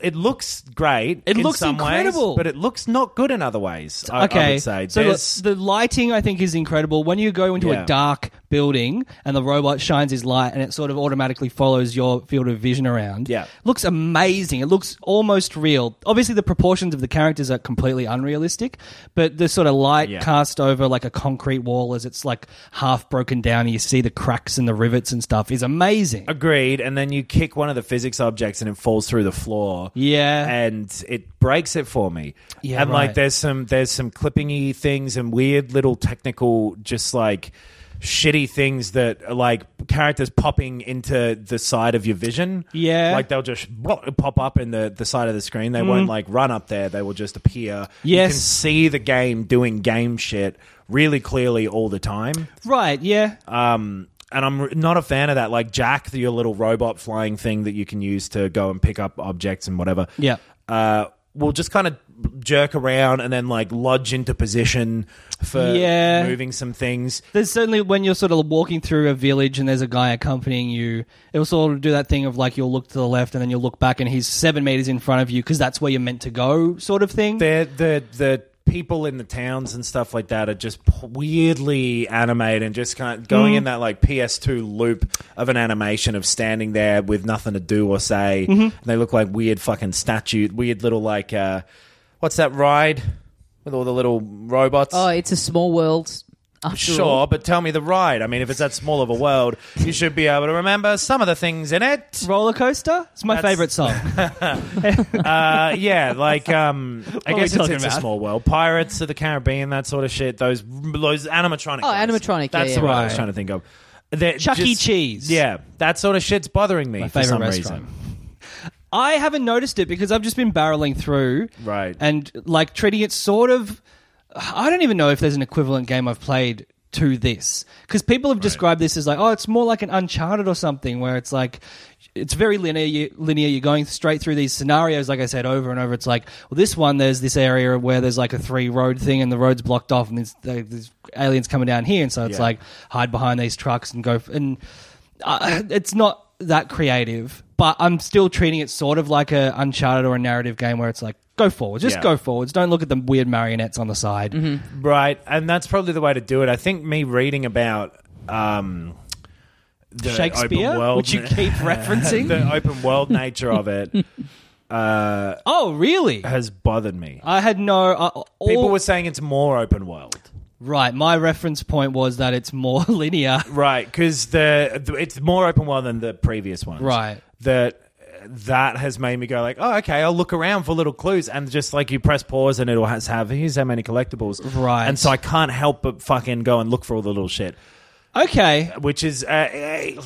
it looks great.
It
in
looks
some ways,
incredible.
but it looks not good in other ways. I, I
okay
would say.
so
There's-
the, the lighting i think is incredible when you go into
Yeah.
a dark building and the robot shines his light and it sort of automatically follows your field of vision around
Yeah.
looks amazing it looks almost real obviously the proportions of the characters are completely unrealistic but the sort of light
Yeah.
cast over like a concrete wall as it's like half broken down and you see the cracks and the rivets and stuff is amazing
Agreed. And then you kick one of the physics objects and it falls through the floor.
Yeah.
And it breaks it for me.
Yeah,
And
right.
like there's some there's some clippingy things and weird little technical just like shitty things that are like characters popping into the side of your vision.
Yeah. Mm.
Like they'll just blop- pop up in the, the side of the screen. They won't like run up there. They will just appear. You
Yes.
can see the game doing game shit really clearly all the time.
right yeah
Um, and I'm r- not a fan of that. Like Jack, the your little robot flying thing that you can use to go and pick up objects and whatever.
Yeah.
Uh, will just kind of jerk around and then like lodge into position for
Yeah.
moving some things.
There's certainly when you're sort of walking through a village and there's a guy accompanying you, it'll sort of do that thing of like you'll look to the left and then you'll look back and he's seven meters in front of you because that's where you're meant to go, sort of thing.
The the the people in the towns and stuff like that are just p- weirdly animated and just kind of going in that like PS2 loop of an animation of standing there with nothing to do or say. And they look like weird fucking statue, weird little like uh, what's that ride with all the little robots?
Oh, it's a small world. After
Sure,
all.
but tell me the ride. I mean, if it's that small of a world, you should be able to remember some of the things in it.
Roller coaster? It's my
That's-
favorite song.
Uh, yeah, like um, I
What are
guess
we
it's,
talking
it's a
about?
small world. Pirates of the Caribbean, that sort of shit. Those those animatronic.
Oh,
guys.
animatronic, yeah,
That's
yeah.
the one I was
Right.
trying to think of. They're
Chuck E.
just-
Cheese.
Yeah, that sort of shit's bothering me
My
for
favorite
some
restaurant.
reason.
I haven't noticed it because I've just been barreling through.
Right.
And like treating it sort of. I don't even know if there's an equivalent game I've played to this. Because people have described this as like, oh, it's more like an Uncharted or something where it's like. It's very linear. You, linear. You're going straight through these scenarios, like I said, over and over. It's like, well, this one, there's this area where there's like a three road thing, and the road's blocked off, and there's, there's aliens coming down here, and so it's
Yeah.
like hide behind these trucks and go. f- And uh, it's not that creative, but I'm still treating it sort of like a Uncharted or a narrative game where it's like, go forward, just
Yeah.
go forwards. Don't look at the weird marionettes on the side.
Right, and that's probably the way to do it. I think me reading about um, the
Shakespeare,
open world,
which you keep referencing.
the open world nature of it, uh,
oh, really?
has bothered me.
I had no. Uh, all,
People were saying it's more open world.
right. My reference point was that it's more linear.
Right, because the, the- it's more open world than the previous ones.
Right.
That that has made me go like, oh, okay, I'll look around for little clues, and just like you press pause, and it'll has have here's how many collectibles.
Right.
and so I can't help but fucking go and look for all the little shit,
Okay.
which is uh, eh,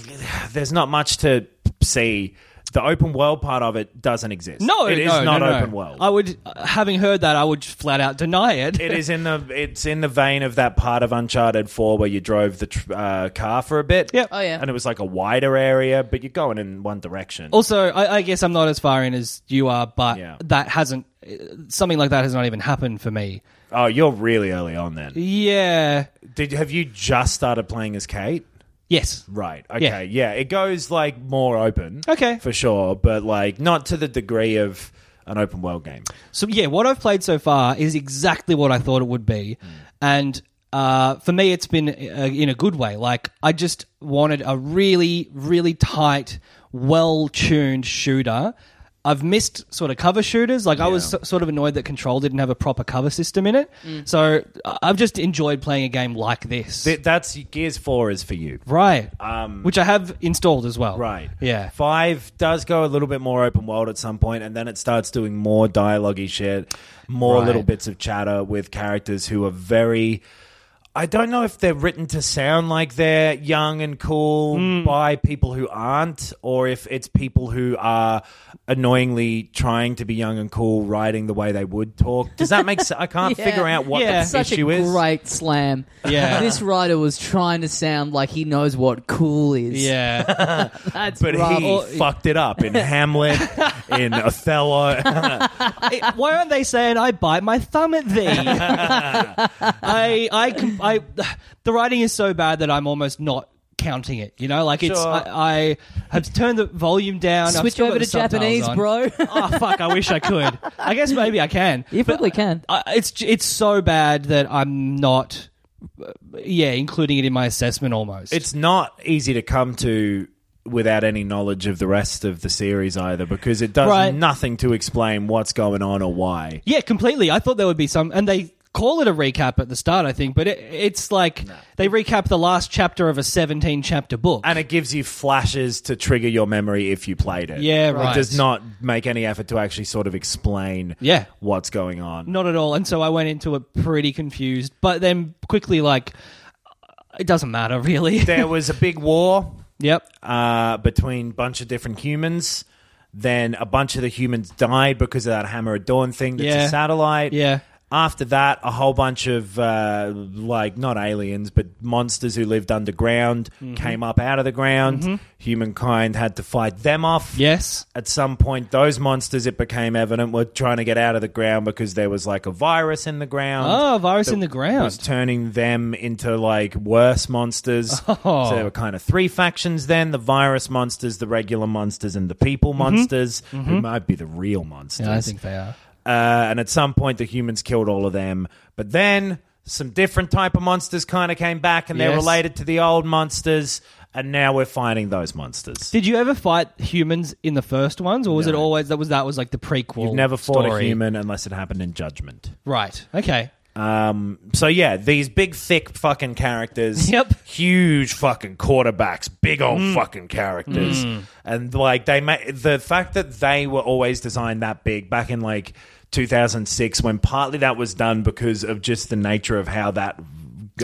there's not much to see. The open world part of it doesn't exist.
No,
it is
no,
not
no, no.
open world.
I would, uh, having heard that, I would flat out deny it.
it is in the it's in the vein of that part of Uncharted Four where you drove the tr- uh, car for a bit.
Yep.
Oh, yeah.
and it was like a wider area, but you're going in one direction.
Also, I, I guess I'm not as far in as you are, but
Yeah.
that hasn't uh, something like that has not even happened for me.
oh, you're really early on then.
Yeah.
Did have you just started playing as Kate?
Yes.
Right. Okay. Yeah. It goes like more open.
Okay.
For sure, but like not to the degree of an open world game.
So yeah, what I've played so far is exactly what I thought it would be, and Uh, for me, it's been uh, in a good way. Like I just wanted a really, really tight, well-tuned shooter. I've missed sort of cover shooters. Like I was so- sort of annoyed that Control didn't have a proper cover system in it. So I- I've just enjoyed playing a game like this.
Th- That's Gears Four is for you.
Right. Which I have installed as well.
Right.
Yeah.
Five does go a little bit more open world at some point, and then it starts doing more dialogue shit, more
Right.
little bits of chatter with characters who are very. I don't know if they're written to sound like they're young and cool
Hmm.
by people who aren't, or if it's people who are annoyingly trying to be young and cool, writing the way they would talk. Does that make sense? I can't
Yeah.
figure out what
Yeah.
the
Such
issue
a
is.
great slam.
Yeah.
this writer was trying to sound like he knows what cool is.
Yeah.
that's
But
rough.
he fucked it up in Hamlet, in Othello.
Eh, Why aren't they saying I bite my thumb at thee? I, I, com- I, the writing is so bad that I'm almost not counting it. You know, like it's
Sure.
I, I have turned the volume down. I've
Switch
still
over to
got the subtitles
Japanese,
on.
bro.
oh fuck! I wish I could. I guess maybe I can.
you
But
probably can.
I, it's j- it's so bad that I'm not. uh, Yeah, including it in my assessment almost.
It's not easy to come to without any knowledge of the rest of the series either, because it does
Right.
nothing to explain what's going on or why.
Yeah, completely. I thought there would be some, and they call it a recap at the start, I think, but it, it's like they recap the last chapter of a 17 chapter book.
And it gives you flashes to trigger your memory if you played it.
Yeah,
It
right.
does not make any effort to actually sort of explain
Yeah.
what's going on.
Not at all. And so I went into it pretty confused, but then quickly, like, it doesn't matter really.
There was a big war
yep.
uh, between bunch of different humans. Then a bunch of the humans died because of that Hammer of Dawn thing that's
Yeah.
a satellite.
Yeah.
After that, a whole bunch of, uh, like, not aliens, but monsters who lived underground
Mm-hmm.
came up out of the ground. Humankind had to fight them off.
Yes.
At some point, those monsters, it became evident, were trying to get out of the ground because there was, like, a virus in the ground.
Oh, virus
that
in the
Was
ground.
turning them into, like, worse monsters.
Oh.
So there were kind of three factions then the virus monsters, the regular monsters, and the people monsters, who might be the real monsters.
Mm-hmm. yeah, I think they are.
Uh, and at some point, the humans killed all of them. But then some different type of monsters kind of came back, and they're
Yes.
related to the old monsters. And now we're fighting those monsters.
Did you ever fight humans in the first ones, or was it always that was that was like the prequel?
You've never fought
story?
a human unless it happened in Judgment.
right? Okay,
Um, so yeah, these big, thick fucking characters.
Yep.
Huge fucking quarterbacks, big old fucking characters, and like they ma- the fact that they were always designed that big back in like 2006, when partly that was done because of just the nature of how that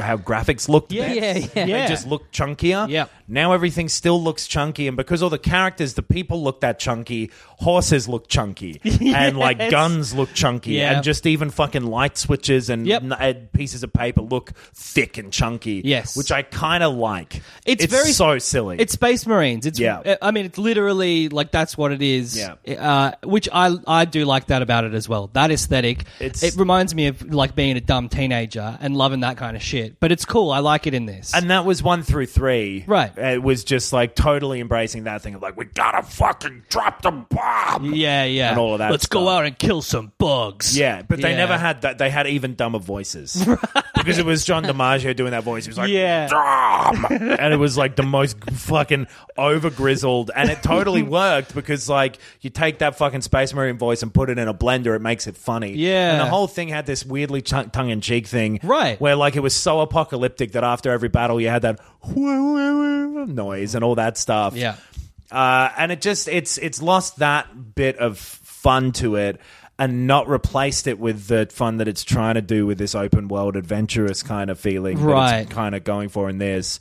how graphics looked.
Yeah,
then.
yeah, yeah.
They
Yeah.
just looked chunkier.
Yep.
Now everything still looks chunky, and because all the characters, the people look that chunky, horses look chunky, and like
Yes.
guns look chunky,
Yeah.
and just just even fucking light switches and,
Yep.
n- and pieces of paper look thick and chunky.
Yes.
which I kind of like.
It's very-
so silly.
It's Space Marines. It's uh,
Yeah.
I mean, it's literally like that's what it is.
Yeah.
Uh, which I I do like that about it as well. That aesthetic.
It's-
it reminds me of like being a dumb teenager and loving that kind of shit. But it's cool. I like it in this.
and that was one through three.
Right.
it was just like totally embracing that thing of like we gotta fucking drop the bomb.
yeah, yeah.
And all of that
Let's go
stuff.
out and kill some bugs.
Yeah, but they
Yeah.
never had that. They had even dumber voices because it was John DiMaggio doing that voice. He was like,
Yeah.
"Drum!" and it was like the most fucking over grizzled, and it totally worked because like you take that fucking Space Marine voice and put it in a blender, it makes it funny.
Yeah.
and the whole thing had this weirdly ch- tongue in cheek thing,
Right.
Where like it was so apocalyptic that after every battle you had that noise and all that stuff.
Yeah.
Uh, and it just it's it's lost that bit of fun to it and not replaced it with the fun that it's trying to do with this open world adventurous kind of feeling that
Right.
it's kind of going for in this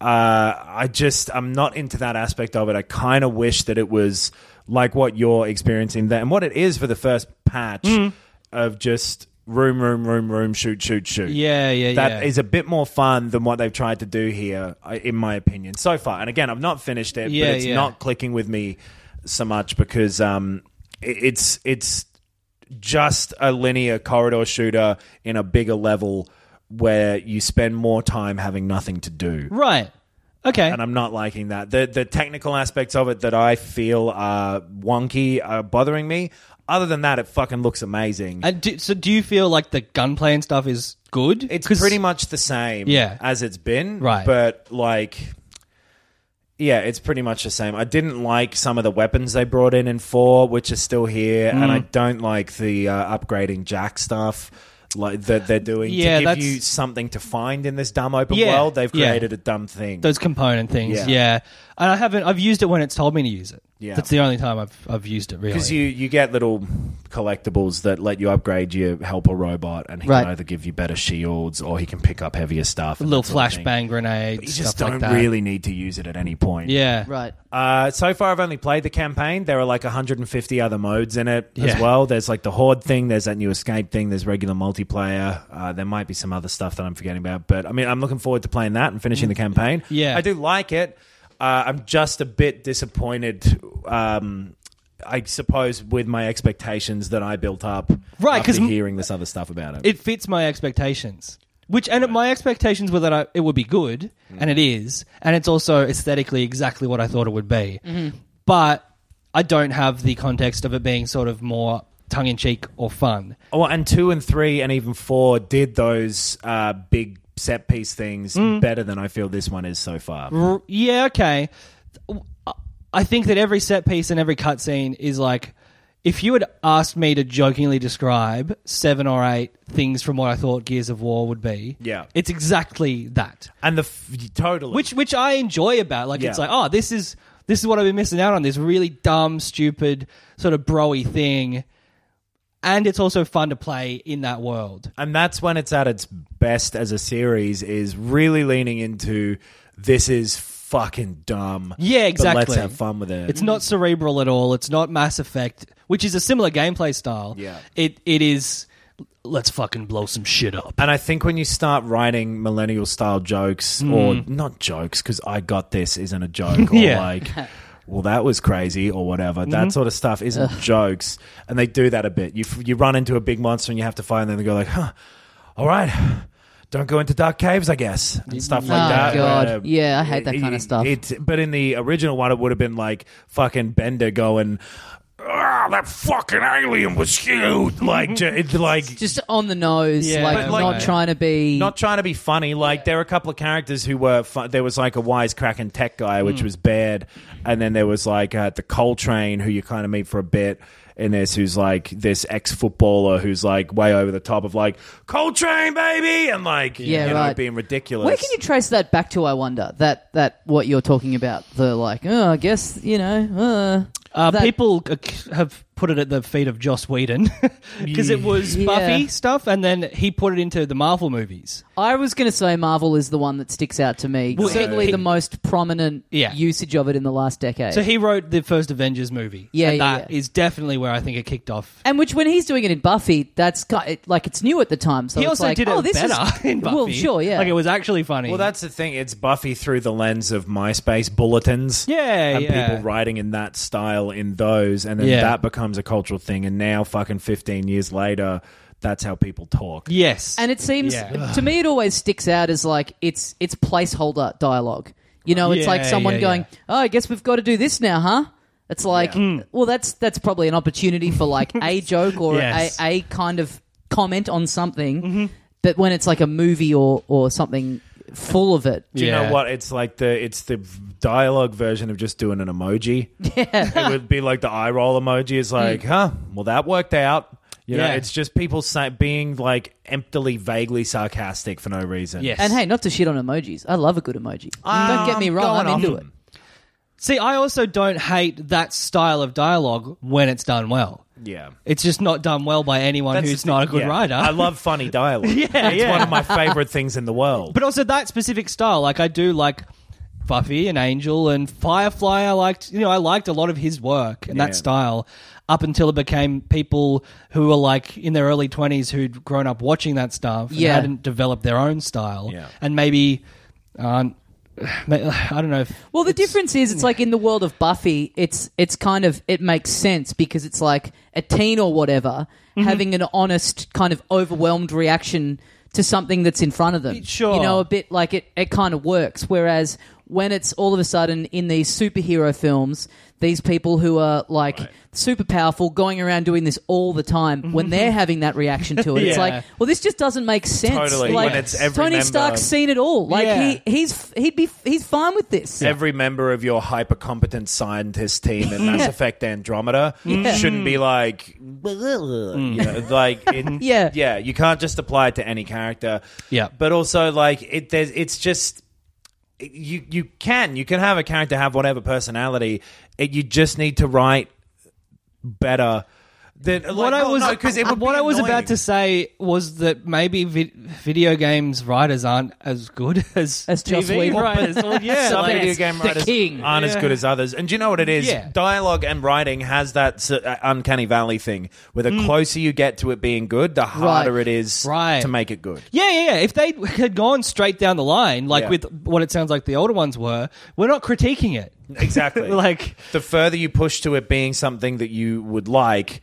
uh, I just I'm not into that aspect of it. I kind of wish that it was like what you're experiencing there and what it is for the first patch
Mm.
of just room, room, room, room, shoot, shoot, shoot.
Yeah, yeah,
That
yeah.
is a bit more fun than what they've tried to do here, I- in my opinion, so far. And again, I've not finished it,
Yeah,
but it's
yeah.
not clicking with me so much because um, it- it's it's just a linear corridor shooter in a bigger level where you spend more time having nothing to do
Right. Okay.
and I'm not liking that. The the technical aspects of it that I feel are wonky are bothering me. Other than that, it fucking looks amazing.
And do, so, do you feel like the gunplay and stuff is good.
It's
'Cause-
pretty much the same
Yeah.
as it's been.
Right.
But like yeah, it's pretty much the same. I didn't like some of the weapons they brought in in 4 which are still here and
Mm.
I don't like the uh, upgrading jack stuff like that they're doing
Yeah,
to give
that's-
you something to find in this dumb open
Yeah,
world. They've
yeah.
created a dumb thing.
those component things.
Yeah.
Yeah. and I haven't. I've used it when it's told me to use it.
Yeah.
that's the only time I've I've used it really.
because you, you get little collectibles that let you upgrade your helper robot, and he
Right.
can either give you better shields or he can pick up heavier stuff. and
little
that sort of thing.
flashbang grenades.
But you just
stuff like
don't
that.
really need to use it at any point.
Yeah,
Right.
Uh, so far, I've only played the campaign. There are like 150 other modes in it as
Yeah.
well. There's like the Horde thing. There's that new escape thing. There's regular multiplayer. Uh, there might be some other stuff that I'm forgetting about. But I mean, I'm looking forward to playing that and finishing the campaign.
Mm, Yeah.
I do like it. Uh, I'm just a bit disappointed. Um, I suppose with my expectations that I built up,
Right,
Because
'cause m-
hearing this other stuff about it,
it fits my expectations. Which and my expectations were that I, it would be good,
Mm.
and it is, and it's also aesthetically exactly what I thought it would be. But I don't have the context of it being sort of more tongue in cheek or fun.
Well, Oh, and two and three and even four did those uh, big set piece things
Mm.
better than I feel this one is so far.
R- Yeah, okay. I think that every set piece and every cutscene is like, if you had asked me to jokingly describe seven or eight things from what I thought Gears of War would be,
Yeah.
it's exactly that,
And the f- totally
which which I enjoy about. Like, it's
Yeah.
like, oh, this is this is what I've been missing out on. This really dumb, stupid, sort of broy thing, and it's also fun to play in that world.
and that's when it's at its best as a series is really leaning into this is fucking dumb.
Yeah, exactly.
But let's have fun with it.
It's not cerebral at all. It's not Mass Effect, which is a similar gameplay style.
Yeah.
It it is. Let's fucking blow some shit up.
and I think when you start writing millennial style jokes
Hmm.
or not jokes because I got this isn't a joke or
Yeah.
like well that was crazy or whatever
Mm-hmm.
that sort of stuff isn't jokes and they do that a bit you f- you run into a big monster and you have to fight and then they go like huh all right don't go into dark caves I guess and stuff like
Oh,
that
God.
where
Yeah, I hate that
it-
kind of stuff.
it, but in the original one it would have been like fucking Bender going
Ah, that fucking alien was huge.
like ju- it's like
Just on the nose,
Yeah.
like,
But, like,
not trying to be.
not trying to be funny. Like there were a couple of characters who were. Fun- there was like a wisecracking tech guy,
Mm.
which was bad, and then there was like uh, the Coltrane, who you kind of meet for a bit in this, who's like this ex footballer who's like way over the top of like Coltrane, baby, and like
Yeah,
you know,
right.
being ridiculous.
Where can you trace that back to? I wonder that that what you're talking about. The like, oh, I guess you know. Uh,
Uh,
That-
people uh, have put it at the feet of Joss Whedon because it was
Yeah.
Buffy stuff, and then he put it into the Marvel movies.
I was going to say Marvel is the one that sticks out to me.
Well,
Certainly,
he-
the most prominent
Yeah.
usage of it in the last decade.
So he wrote the first Avengers movie.
Yeah,
and
yeah,
that
yeah.
is definitely where I think it kicked off.
and which, when he's doing it in Buffy, that's ki- it, like it's new at the time. So
He
it's
also
like,
did it
oh, this is-
better in Buffy.
Well, sure, yeah.
Like it was actually funny.
Well, that's the thing. It's Buffy through the lens of MySpace bulletins.
Yeah,
and
yeah.
people writing in that style in those, and then
Yeah.
that becomes a cultural thing. And now, fucking fifteen years later, that's how people talk.
yes,
and it seems
Yeah.
to me it always sticks out as like it's it's placeholder dialogue. You know, it's
Yeah,
like someone
yeah,
going,
yeah. Hmm.
"Oh, I guess we've got to do this now, huh?" It's like, well, that's that's probably an opportunity for like a joke or
Yes. Mm-hmm.
a, a kind of comment on something. But when it's like a movie or or something full of it,
Do you
Yeah.
know what? It's like the it's the dialogue version of just doing an emoji. Yeah. it would be like the eye roll emoji. It's like, huh? Well, that worked out. You know,
Yeah.
it's just people sa- being like emptily, vaguely sarcastic for no reason.
yes.
and hey, not to shit on emojis, I love a good emoji. Don't get
Um,
me wrong,
going
I'm into it.
off them.
See, I also don't hate that style of dialogue when it's done well.
Yeah.
It's just not done well by anyone
That's
who's
the-
not a good
yeah.
writer.
I love funny dialogue. yeah, it's one of my favorite things in the world.
but also that specific style. Like I do like Buffy and Angel and Firefly. I liked, you know, I liked a lot of his work and
Yeah.
that style up until it became people who were like in their early twenties who'd grown up watching that stuff and
Yeah.
hadn't developed their own style
Yeah.
and maybe aren't. I don't know. If,
Well, the difference is it's like in the world of Buffy, it's it's kind of it makes sense because it's like a teen or whatever
Mm-hmm.
having an honest kind of overwhelmed reaction to something that's in front of them.
Sure.
You know, a bit like it it kind of works whereas when it's all of a sudden in these superhero films, these people who are like super powerful going around doing this all the time,
Mm-hmm.
when they're having that reaction to it, it's
Yeah.
like, well, this just doesn't make sense.
Totally,
Like,
when it's every
Tony
member-
Stark's seen it all. Like
Yeah.
he, he's he'd be he's fine with this.
Every member of your hyper competent scientist team in Mass Effect Andromeda
Yeah. Mm.
shouldn't be like, you know, like, it,
Yeah.
yeah. You can't just apply it to any character.
Yeah.
but also like it. There's, it's just you. You can you can have a character have whatever personality. It, you just need to write better. Than,
what I was uh,
because it would
what
be
I was
annoying.
about to say was that maybe vi- video games writers aren't as good as
As
TV
Joss Whedon.
writers. Well, yeah,
Some
like,
video
it's-
game
the
writers
king.
aren't as good as others. And do you know what it is?
Yeah.
Dialogue and writing has that s- uh, uncanny valley thing where the closer you get to it being good, the harder it is
Mm. Right.
to make it good.
Yeah, yeah, yeah. If they had gone straight down the line, like
Yeah.
with what it sounds like the older ones were, we're not critiquing it.
Exactly.
Like-
the further you push to it being something that you would like,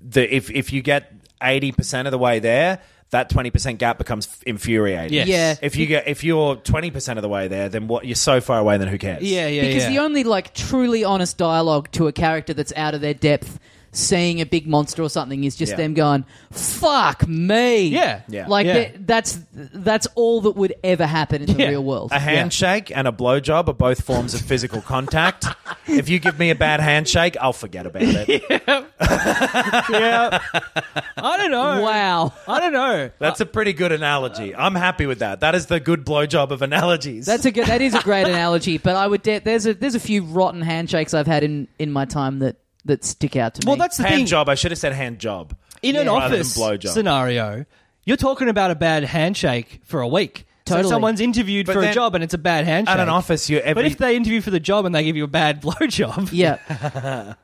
the if if you get 80% of the way there, that 20% gap becomes f- infuriating.
Yes.
Yeah.
If you get if you're 20% of the way there, then what you're so far away then who cares?
Yeah, yeah,
because
yeah.
the only like truly honest dialogue to a character that's out of their depth seeing a big monster or something is just
Yeah.
them going fuck me
Yeah.
Yeah.
like
Yeah.
th- that's that's all that would ever happen in the
Yeah.
real world
A handshake and a blowjob are both forms of physical contact. if you give me a bad handshake, I'll forget about it.
yeah. I don't know.
wow
I don't know.
That's a pretty good analogy. I'm happy with that. That is the good blowjob of analogies.
that's a good that is a great analogy but i would de- there's a there's a few rotten handshakes i've had in in my time that that stick out to me
Well, that's the
hand
thing.
job. I should have said hand job.
In an
Yeah. Rather than
office
blowjob.
scenario, you're talking about a bad handshake for a week. So
Totally.
someone's interviewed
But
for a
then-
job and it's a bad handshake.
At an office, you every
But if they interview for the job and they give you a bad blowjob,
yeah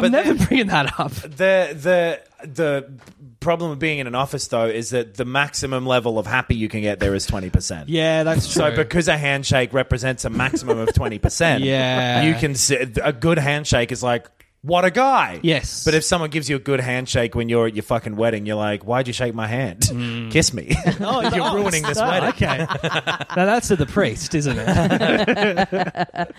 I'm never bringing that up.
the the the problem of being in an office though is that the maximum level of happy you can get there is twenty percent.
Yeah, that's true.
So because a handshake represents a maximum of twenty percent,
Yeah.
you can s- a good handshake is like what a guy.
Yes.
but if someone gives you a good handshake when you're at your fucking wedding, you're like, why'd you shake my hand? Kiss me. you're ruining this wedding.
Oh, okay. now that's to the priest, isn't it?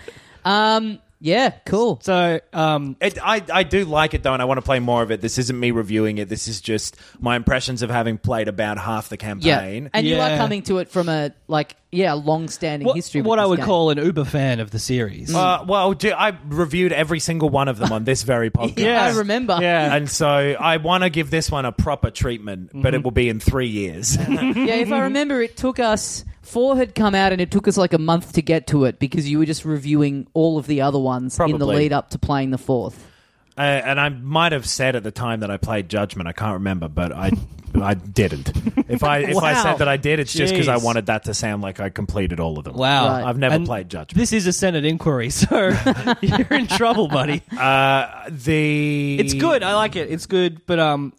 yeah cool
So, um,
It, I, I do like it though, and I want to play more of it. This isn't me reviewing it. This is just my impressions of having played about half the
yeah
campaign.
and you are
Yeah.
coming to it from a like yeah long-standing
what,
history with
what I
this
would
game. Mm.
call an uber fan of the series.
Uh, well, do- I reviewed every single one of them on this very podcast.
Yeah. I remember.
Yeah.
And so I want to give this one a proper treatment, but it will be in three years.
Mm-hmm. yeah, if I remember, it took us four had come out, and it took us like a month to get to it because you were just reviewing all of the other ones in the
Probably.
lead up to playing the fourth.
uh, and I might have said at the time that I played Judgment. I can't remember, but I I didn't. If I if I
Wow.
said that I did, it's just because I
Jeez.
wanted that to sound like I completed all of them.
Wow.
Right.
I've never
And
played Judgment.
This is a Senate inquiry, so you're in trouble, buddy.
Uh, the
It's good. I like it. It's good, but um,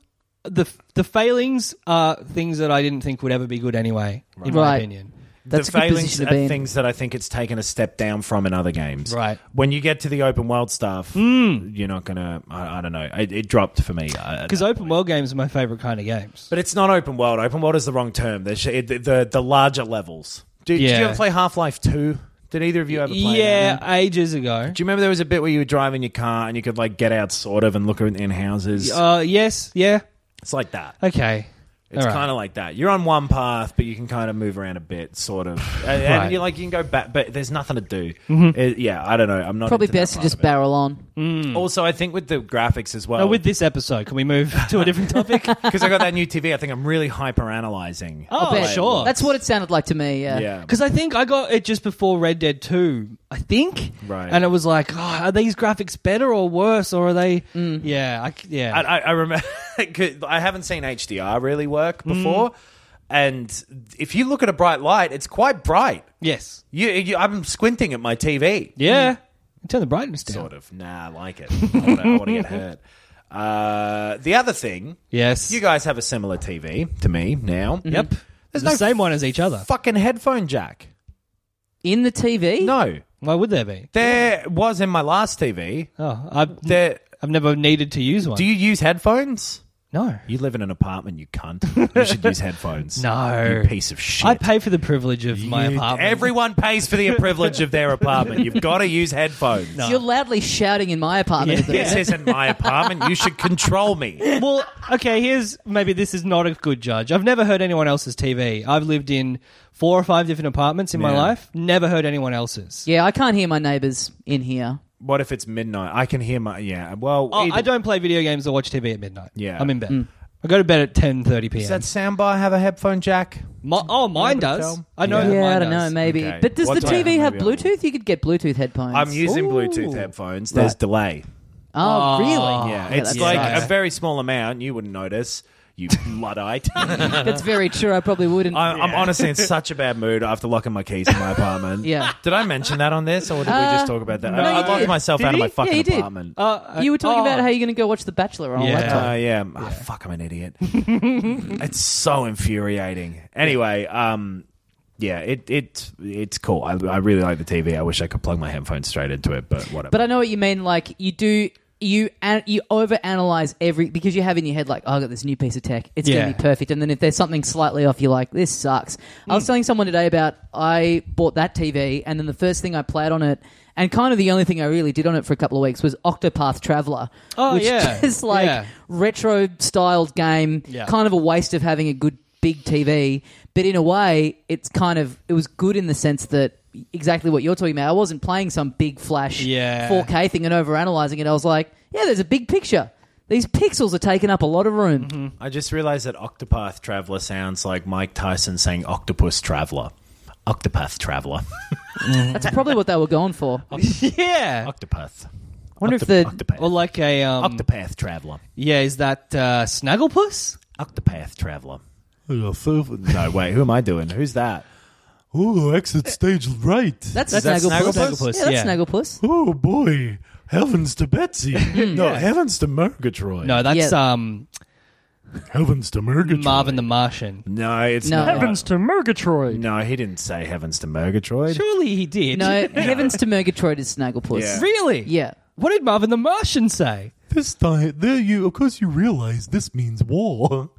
the the failings are things that I didn't think would ever be good anyway, in my
Right.
opinion.
That's
the
a good
failings
position
are
to be in.
things that I think it's taken a step down from in other games.
Right. Hmm.
When you get to the open world stuff, you're not gonna. I, I don't know. It, it dropped for me.
Because open world games are my favorite kind of games.
but it's not open world. Open world is the wrong term. There's it, the, the the larger levels. Did, did you
Yeah.
ever play Half Life Two? Did either of you ever play?
yeah,
that?
ages ago.
Do you remember there was a bit where you were driving your car and you could like get out sort of and look in, in houses?
Uh, yes, yeah,
it's like that.
okay.
It's
All right.
kind of like that. You're on one path, but you can kind of move around a bit, sort of. And, and
Right. Mm-hmm.
you're like, you can go back, but there's nothing to do. It- yeah, I don't know. I'm not
Probably
into that
best to
part
just
of it.
barrel on.
Also, I think with the graphics as
Uh,
well,
Mm. with this episode, can we move to a different topic?
because I got that new TV, I think I'm really hyper analyzing.
oh,
bet.
sure.
That's what it sounded like to me. Yeah.
yeah.
Because I think I got it just before Red Dead 2, I think.
Right.
And it was like, oh, are these graphics better or worse? Or are they.
Mm.
Yeah. I, c- yeah.
I, I, I remember. 'cause I haven't seen HDR really work
Mm.
before, and if you look at a bright light, it's quite bright.
yes.
You, you I'm squinting at my TV.
Yeah.
Mm.
Turn the brightness down.
Sort of. Nah, I like it. I want to get hurt. Uh, the other thing,
Yes.
you guys have a similar TV to me now.
Yep.
Mm-hmm. There's
the
no
same one as each other.
fucking headphone jack.
In the TV?
No,
Why would there be?
there was in my last TV.
Oh, I've,
There,
I've never needed to use one.
do you use headphones?
No.
You live in an apartment, you cunt. You should use headphones.
No.
You piece of shit.
I pay for the privilege of my
You-
apartment.
Everyone pays for the privilege of their apartment. You've got to use headphones.
You're loudly shouting in my apartment. at the
This
minute.
isn't my apartment. You should control me.
well, okay, here's maybe this is not a good judge. I've never heard anyone else's TV. I've lived in four or five different apartments in my
Yeah.
life, never heard anyone else's.
Yeah, I can't hear my neighbours in here.
What if it's midnight? I can hear my yeah. Well,
Oh,
either-
I don't play video games or watch TV at midnight.
Yeah.
I'm in bed.
Mm.
I go to bed at 10:30 p.m.
Does that soundbar have a headphone jack?
Mi- oh, mine
Nobody
does.
tell.
I know.
Yeah.
that
Yeah,
mine
I don't know,
does.
maybe.
Okay.
But does
What
the
time?
TV have
Maybe I'll-
Bluetooth? You could get Bluetooth headphones.
I'm using
Ooh.
Bluetooth headphones. There's
Right.
delay.
Oh,
Oh.
really?
Yeah,
Yeah,
it's
that
like
sucks.
a very small amount. You wouldn't notice. You luddite. I,
That's very true. I probably wouldn't.
I'm honestly in such a bad mood after locking my keys in my apartment.
Yeah. Uh,
Did I mention that on this, or did we just talk about that?
no,
I,
you
I locked
did.
myself
Did
out of my
he?
fucking
Yeah, he did.
apartment.
Uh,
you were talking
oh.
about how you're going to go watch The Bachelor on a
Yeah.
laptop.
Uh, yeah. Ah, fuck, I'm an idiot. it's so infuriating. Anyway, um, yeah, it it it's cool. I, I really like the TV. I wish I could plug my headphones straight into it, but whatever.
But I know what you mean. Like you do, you an, you overanalyze every because you have in your head like, oh, I got this new piece of tech. It's
Yeah.
gonna be perfect. And then if there's something slightly off, you're like, this sucks. I
Mm.
was telling someone today about I bought that TV, and then the first thing I played on it. And kind of the only thing I really did on it for a couple of weeks was Octopath Traveler,
Oh,
which
yeah.
is like
Yeah.
retro styled game.
Yeah.
Kind of a waste of having a good big TV, but in a way, it's kind of it was good in the sense that exactly what you're talking about. I wasn't playing some big flash
Yeah.
4K thing and overanalyzing it. I was like, yeah, there's a big picture. These pixels are taking up a lot of room.
Mm-hmm.
I just realized that Octopath Traveler sounds like Mike Tyson saying Octopus Traveler. Octopath Traveler.
That's probably what they were going for. I
yeah.
Octopath.
wonder if
Octo-
the
Octopath.
Or like a um,
Octopath Traveler.
yeah, is that uh, Snagglepuss?
Octopath Traveler. No, wait, who am I doing? Who's that?
Oh, exit stage right.
that's,
That's- that's
Snagglepuss.
Snagglepuss,
Yeah, that's
yeah.
Snagglepuss.
Oh boy, heavens to Betsy. no, heavens to Murgatroyd.
No, that's
Yeah.
um,
heavens to Murgatroyd.
Marvin the Martian.
No, it's
No.
not.
Heavens
to Murgatroyd.
No, he didn't say Heavens to Murgatroyd.
Surely he did.
No, Heavens to Murgatroyd is Snagglepuss.
Yeah.
really?
Yeah.
What did Marvin the Martian say?
This time, there you. Of course, you realize this means war.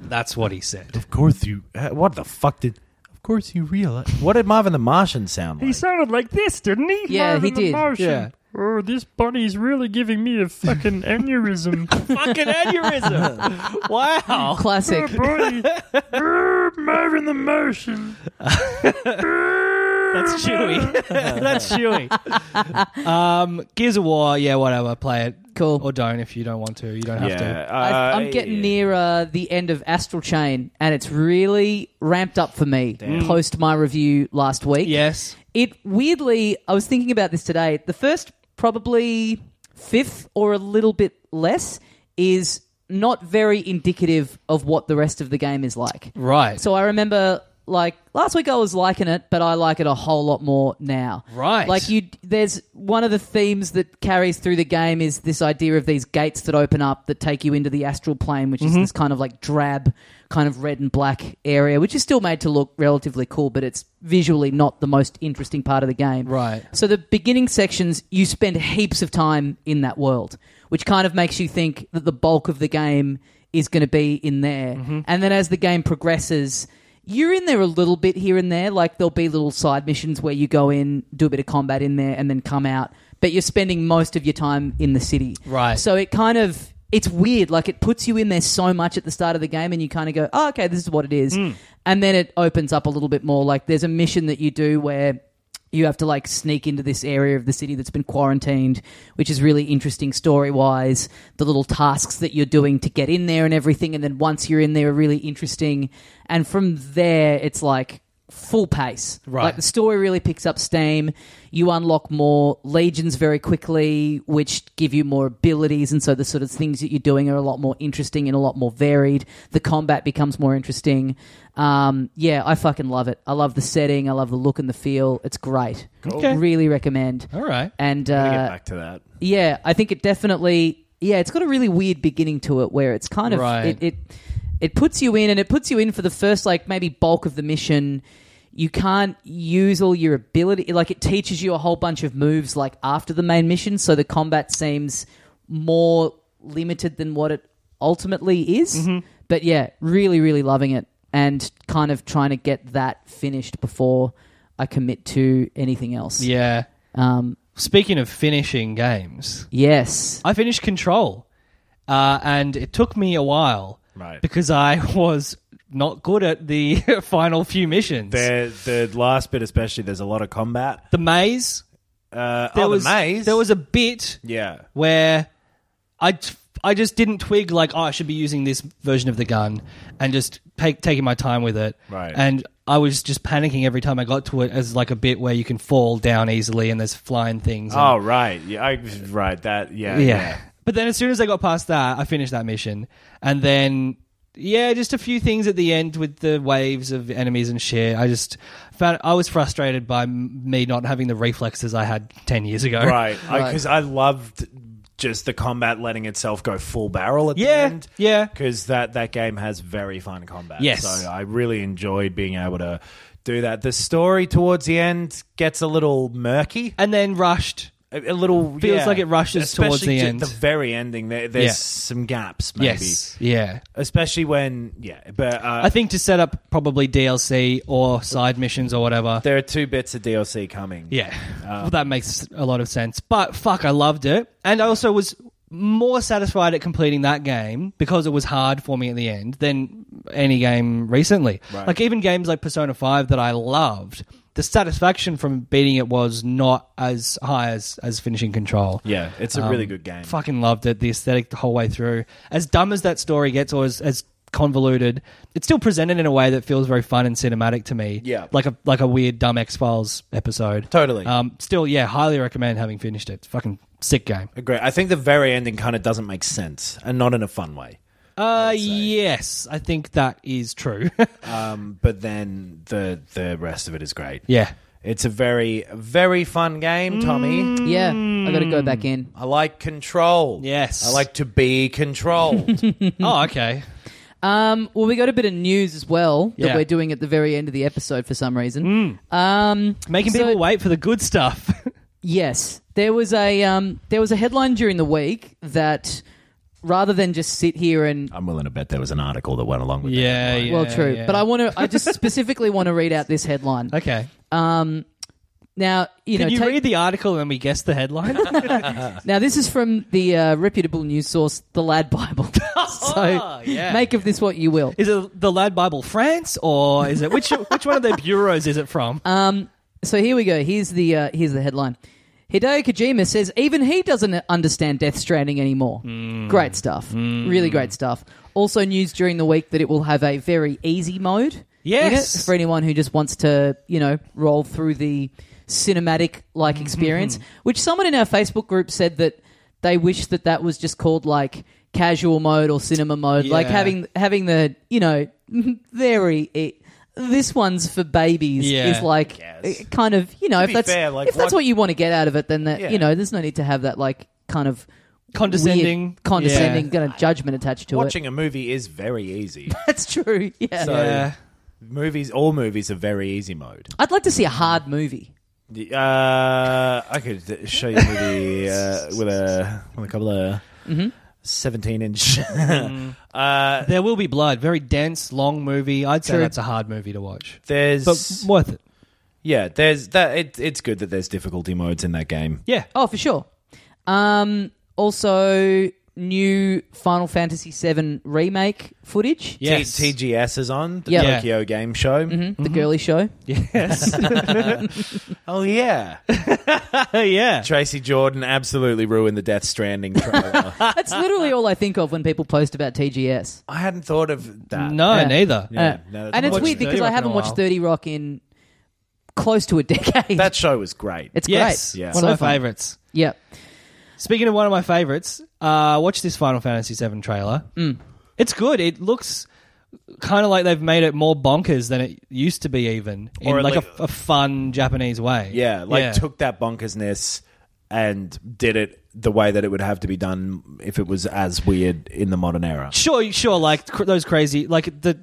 That's what he said.
Of course, you.
Uh, What the fuck did?
Of course, you realize.
What did Marvin the Martian sound like?
sounded like this, didn't he?
Yeah, he did.
Yeah.
Oh, this bunny's really giving me a fucking aneurysm.
Fucking aneurysm. wow.
Classic.
Bunny. Brr, Marvin the Martian.
That's chewy. That's chewy. Um, Gears of War, yeah, whatever. Play it.
Cool.
Or don't if you don't want to. You don't have to.
yeah,
I,
uh,
I'm getting near uh, the end of Astral Chain, and it's really ramped up for me post my review last week.
Yes.
It weirdly, I was thinking about this today. The first probably fifth or a little bit less is not very indicative of what the rest of the game is like.
Right.
So I remember like last week I was liking it, but I like it a whole lot more now.
Right.
Like you there's one of the themes that carries through the game is this idea of these gates that open up that take you into the astral plane, which is
Mm-hmm.
this kind of like drab kind of red and black area, which is still made to look relatively cool, but it's visually not the most interesting part of the game.
Right.
So the beginning sections, you spend heaps of time in that world, which kind of makes you think that the bulk of the game is going to be in there. And then as the game progresses, you're in there a little bit here and there. Like there'll be little side missions where you go in, do a bit of combat in there, and then come out. But you're spending most of your time in the city.
Right.
So it kind of it's weird. Like it puts you in there so much at the start of the game, and you kind of go, "Oh, okay, this is what it is," and then it opens up a little bit more. Like there's a mission that you do where you have to like sneak into this area of the city that's been quarantined, which is really interesting story wise. The little tasks that you're doing to get in there and everything, and then once you're in there, are really interesting. And from there, it's like full pace.
Right.
Like the story really picks up steam. You unlock more legions very quickly, which give you more abilities, and so the sort of things that you're doing are a lot more interesting and a lot more varied. The combat becomes more interesting. Um, yeah, I fucking love it. I love the setting. I love the look and the feel. It's great.
Okay.
Really recommend.
All right.
And
I'm gonna
uh,
get back to that.
yeah, I think it definitely. Yeah, it's got a really weird beginning to it where it's kind of
Right.
it, it it puts you in and it puts you in for the first like maybe bulk of the mission. You can't use all your ability. Like it teaches you a whole bunch of moves like after the main mission, so the combat seems more limited than what it ultimately is.
Mm-hmm.
But yeah, really, really loving it and kind of trying to get that finished before I commit to anything else.
Yeah.
Um,
Speaking of finishing games,
yes.
I finished Control, uh, and it took me a while
Right.
because I was not good at the final few missions.
There, the last bit especially, there's a lot of combat.
the maze.
Uh,
There
oh,
was
the maze.
There was a bit
yeah.
where I, t- I just didn't twig like oh I should be using this version of the gun and just take, taking my time with it.
Right.
And I was just panicking every time I got to it as like a bit where you can fall down easily and there's flying things. and-
Oh right, yeah, I, right. That Uh, yeah, yeah.
But then as soon as I got past that, I finished that mission. And then, yeah, just a few things at the end with the waves of enemies and shit. I just found I was frustrated by m- me not having the reflexes I had 10 years ago.
Right, because I, loved just the combat letting itself go full barrel at the
Yeah.
end.
Yeah.
because that that game has very fun combat.
Yes.
so I really enjoyed being able to do that. The story towards the end gets a little murky.
And then rushed.
A, a little
Feels
yeah.
like it rushes towards
Especially
the
ju-
end.
The very ending, there, there's
Yeah.
some gaps. Maybe.
Yes. Yeah.
especially when yeah. But uh,
I think to set up probably DLC or side missions or whatever.
there are two bits of DLC coming.
Yeah, well, that makes a lot of sense. But fuck, I loved it, and I also was more satisfied at completing that game because it was hard for me at the end than any game recently. Like even games like Persona Five that I loved, the satisfaction from beating it was not as high as as finishing Control.
yeah, it's a
Um,
really good game.
Fucking loved it. The aesthetic the whole way through. As dumb as that story gets, or as, as convoluted, it's still presented in a way that feels very fun and cinematic to me.
Yeah.
like a like a weird dumb X Files episode.
Totally.
Um, still, yeah, highly recommend having finished it. It's a fucking sick game.
Agree. I think the very ending kind of doesn't make sense, and not in a fun way.
Uh, yes, I think that is true.
Um, but then the the rest of it is great.
yeah,
It's a very very fun game, Tommy.
Yeah. I got to go
Hmm.
back in.
I like control.
Yes.
I like to be controlled.
oh, okay.
Um, well, we got a bit of news as well that
Yeah. Hmm.
we're doing at the very end of the episode for some reason. Um,
Making
So-
people wait for the good stuff.
yes, there was a um, there was a headline during the week that rather than just sit here and
I'm willing to bet there was an article that went along with
yeah,
that.
yeah.
well, true,
yeah.
but I want to I just specifically want to read out this headline.
Okay.
Now you
Can
know
you
take-
read the article and we guess the headline?
now this is from the uh, reputable news source, the Lad Bible. so
Oh, yeah.
make of this what you will.
Is it the Lad Bible France or is it which which one of their bureaus is it from?
So here we go. Here's the uh, here's the headline. Hideo Kojima says even he doesn't understand Death Stranding anymore.
Mm.
Great stuff. Really great stuff. Also news during the week that it will have a very easy mode. in it
Yes.
for anyone who just wants to, you know, roll through the cinematic like
Mm-hmm.
experience, which someone in our Facebook group said that they wish that that was just called like casual mode or cinema mode, like
Yeah.
having having the, you know, very e- this one's for babies
Yeah.
is like it kind of you know if
be
that's
fair, like,
if that's
what-
what you want to get out of it then that
Yeah.
you know there's no need to have that like kind of
Condescending.
weird, condescending
Yeah.
kind of judgment attached to
Watching a movie is very easy.
it that's true yeah
So
Yeah.
movies, all movies are very easy mode.
i'd like to see a hard movie
The- Uh, I could show you a movie uh, with a with a couple of seventeen inch. Mm-hmm. uh,
There will be blood. Very dense, long movie. I'd say
True.
that's a hard movie to watch,
there's
but worth it.
yeah, there's that. It, it's good that there's difficulty modes in that game.
Yeah.
oh for sure um also new final fantasy VII remake footage
Yes. Mm-hmm.
T- TGS is on the
Yeah.
Tokyo Game Show.
the girly show
Yes.
Oh yeah,
yeah.
Tracy Jordan absolutely ruined the Death Stranding trailer.
that's literally all i think of when people post about tgs
I hadn't thought of that.
No,
Yeah.
neither.
Yeah,
Uh,
no, that's
and it's
unfortunate.
weird because
30 Rock
I
in a
haven't watched
while.
30 Rock in close to a decade.
that show was great.
it's
Yes.
great.
Yeah.
One
So
of my
fun.
favorites.
Yeah.
Speaking of one of my favorites, uh, watch this Final Fantasy VII trailer. It's good. It looks kind of like they've made it more bonkers than it used to be, even in
Or at
like a,
least-
a fun Japanese way.
Yeah, like took that bonkersness and did it the way that it would have to be done if it was as weird in the modern era.
Sure, sure. Like cr- those crazy, like the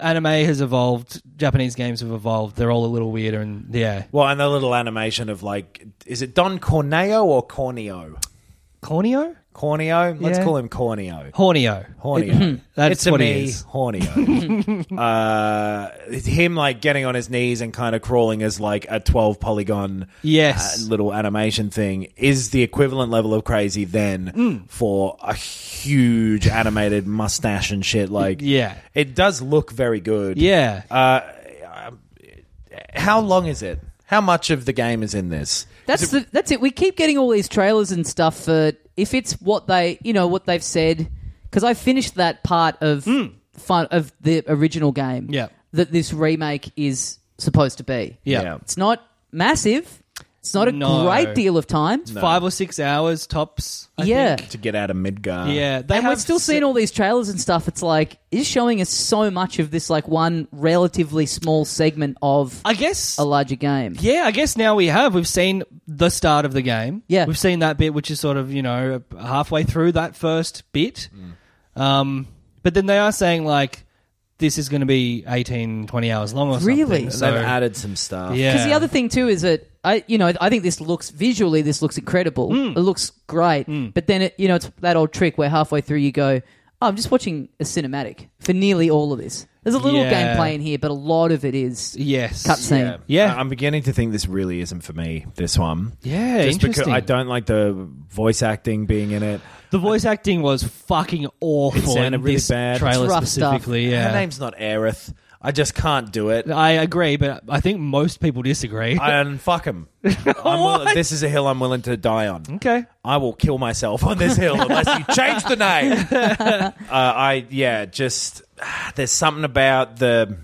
anime has evolved. Japanese games have evolved. They're all a little weirder, and yeah,
Well, and the little animation of like, is it Don Corneo or Corneo?
Corneo?
Corneo? Let's
Yeah.
call him Corneo.
Horneo. hmm,
Hornio.
That's
it's to
what he
me,
is.
Hornio. uh, it's him like getting on his knees and kind of crawling as like a twelve polygon
Yes.
uh, little animation thing is the equivalent level of crazy then
Mm.
for a huge animated mustache and shit. Like
Yeah.
it does look very good.
Yeah.
Uh, how long is it? How much of the game is in this?
That's the, that's it. We keep getting all these trailers and stuff for if it's what they you know what they've said because I finished that part of fun, of the original game.
Hmm. Yeah.
that this remake is supposed to be.
yeah.
Yeah.
it's not massive. It's not a
No.
great deal of time.
Five or six hours tops. I
yeah.
To get out of Midgar.
Think. Yeah. They
and we're
have
still
s-
seeing all these trailers and stuff. It's like is showing us so much of this like one relatively small segment of
I guess.
a larger game.
Yeah, I guess now we have. We've seen the start of the game.
Yeah.
We've seen that bit, which is sort of, you know, halfway through that first bit.
Mm.
Um, but then they are saying, like, this is going to be 18, 20 hours long or something.
Really?
They've
So,
added some stuff.
yeah.
Because the other thing too is that I, you know, I think this looks visually, this looks incredible.
Mm.
It looks great, but then it, you know, it's that old trick where halfway through you go, oh, "I'm just watching a cinematic for nearly all of this." There's a little
Yeah.
gameplay in here, but a lot of it is
Yes.
cutscene.
Yeah.
I- I'm beginning to think this really isn't for me. This one,
Yeah,
just because
interesting.
I don't like the voice acting being in it.
The voice acting was fucking awful.
It sounded
in
really
this
bad.
Trailer
It's rough stuff.
specifically,
Her
yeah.
name's not Aerith. I just can't do it.
I agree, but I think most people disagree.
And fuck him. this is a hill I'm willing to die on.
okay.
I will kill myself on this hill unless you change the name. uh, I yeah, just there's something about the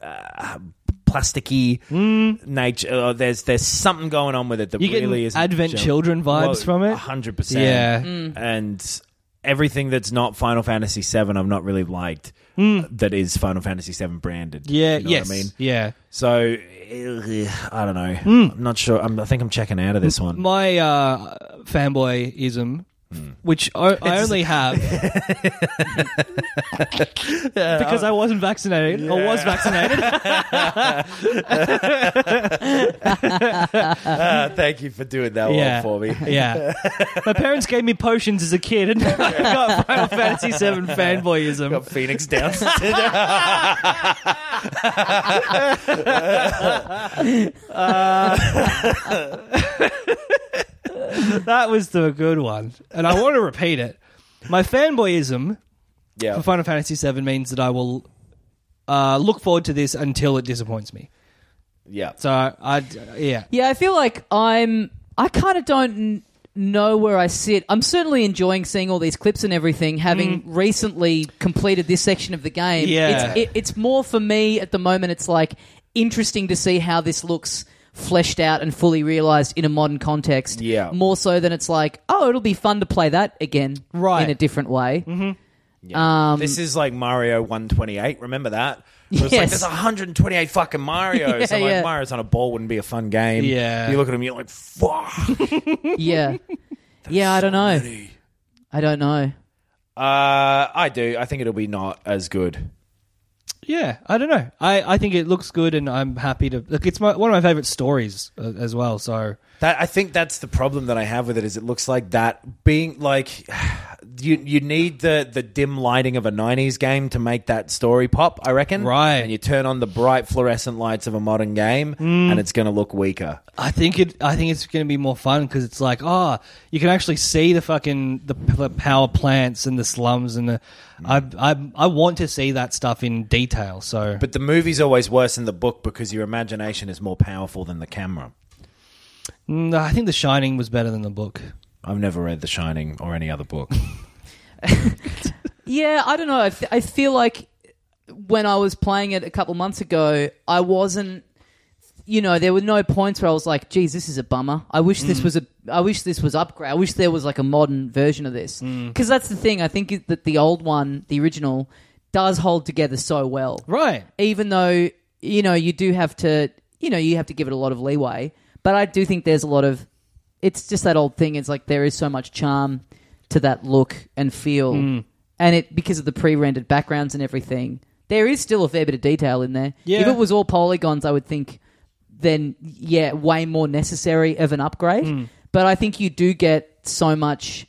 uh, plasticky nature. Uh, there's there's something going on with it that
Mm. You get
really is Ah,
Advent Children vibes from it?
Hundred percent.
Yeah.
and everything that's not Final Fantasy VII, I've not really liked. That is Final Fantasy VII branded.
Mm. Yeah,
You know
yes.
What I mean,
Yeah.
so uh, I don't know. I'm not sure. I'm, I think I'm checking out of this one.
Mm. my uh, fanboyism, which I, I only have because I wasn't vaccinated or was vaccinated.
Uh, thank you for doing that
yeah,
one for me.
Yeah, my parents gave me potions as a kid, and I got Final Fantasy VII fanboyism.
Phoenix down.
That was the good one, and I want to repeat it. My fanboyism
yeah.
for Final Fantasy VII means that I will uh, look forward to this until it disappoints me.
Yeah.
So I, yeah,
Yeah, I feel like I'm. I kind of don't n- know where I sit. I'm certainly enjoying seeing all these clips and everything. Having recently completed this section of the game,
Mm. Yeah.
it's, it, it's more for me at the moment. It's like interesting to see how this looks fleshed out and fully realized in a modern context.
Yeah.
more so than it's like, oh, it'll be fun to play that again,
Right. Mm-hmm.
in a different way.
Um,
this is like Mario 128. Remember that? It was like,
Yes.
there's 128 fucking Marios.
Yeah,
I'm like,
yeah.
Mario's on a ball wouldn't be a fun game.
Yeah.
You look at him, you're like, fuck.
Yeah, yeah. I don't know. I don't know.
uh, I do. I think it'll be not as good.
Yeah, I don't know. I, I think it looks good, and I'm happy to. Look, it's my, one of my favorite stories uh, as well. So
That I think that's the problem that I have with it is it looks like that being like you you need the the dim lighting of a 90s game to make that story pop, I reckon.
Right.
And you turn on the bright fluorescent lights of a modern game
Hmm.
and it's going to look weaker.
I think it. I think it's going to be more fun because it's like, oh, you can actually see the fucking the, p- the power plants and the slums and the. I I I want to see that stuff in detail. So
But the movie's always worse than the book because your imagination is more powerful than the camera.
Mm, I think The Shining was better than the book.
I've never read The Shining or any other book.
Yeah, I don't know. I, f- I feel like when I was playing it a couple months ago, I wasn't. You know, there were no points where I was like, "Geez, this is a bummer. I wish this was a. I wish this was upgrade. I wish there was like a modern version of this." Because that's the thing. I think is that the old one, the original, does hold together so well
Right.
even though you know you do have to you know you have to give it a lot of leeway but i do think there's a lot of it's just that old thing it's like there is so much charm to that look and feel and it because of the pre-rendered backgrounds and everything there is still a fair bit of detail in there
Yeah.
if it was all polygons i would think then yeah way more necessary of an upgrade but i think you do get get so much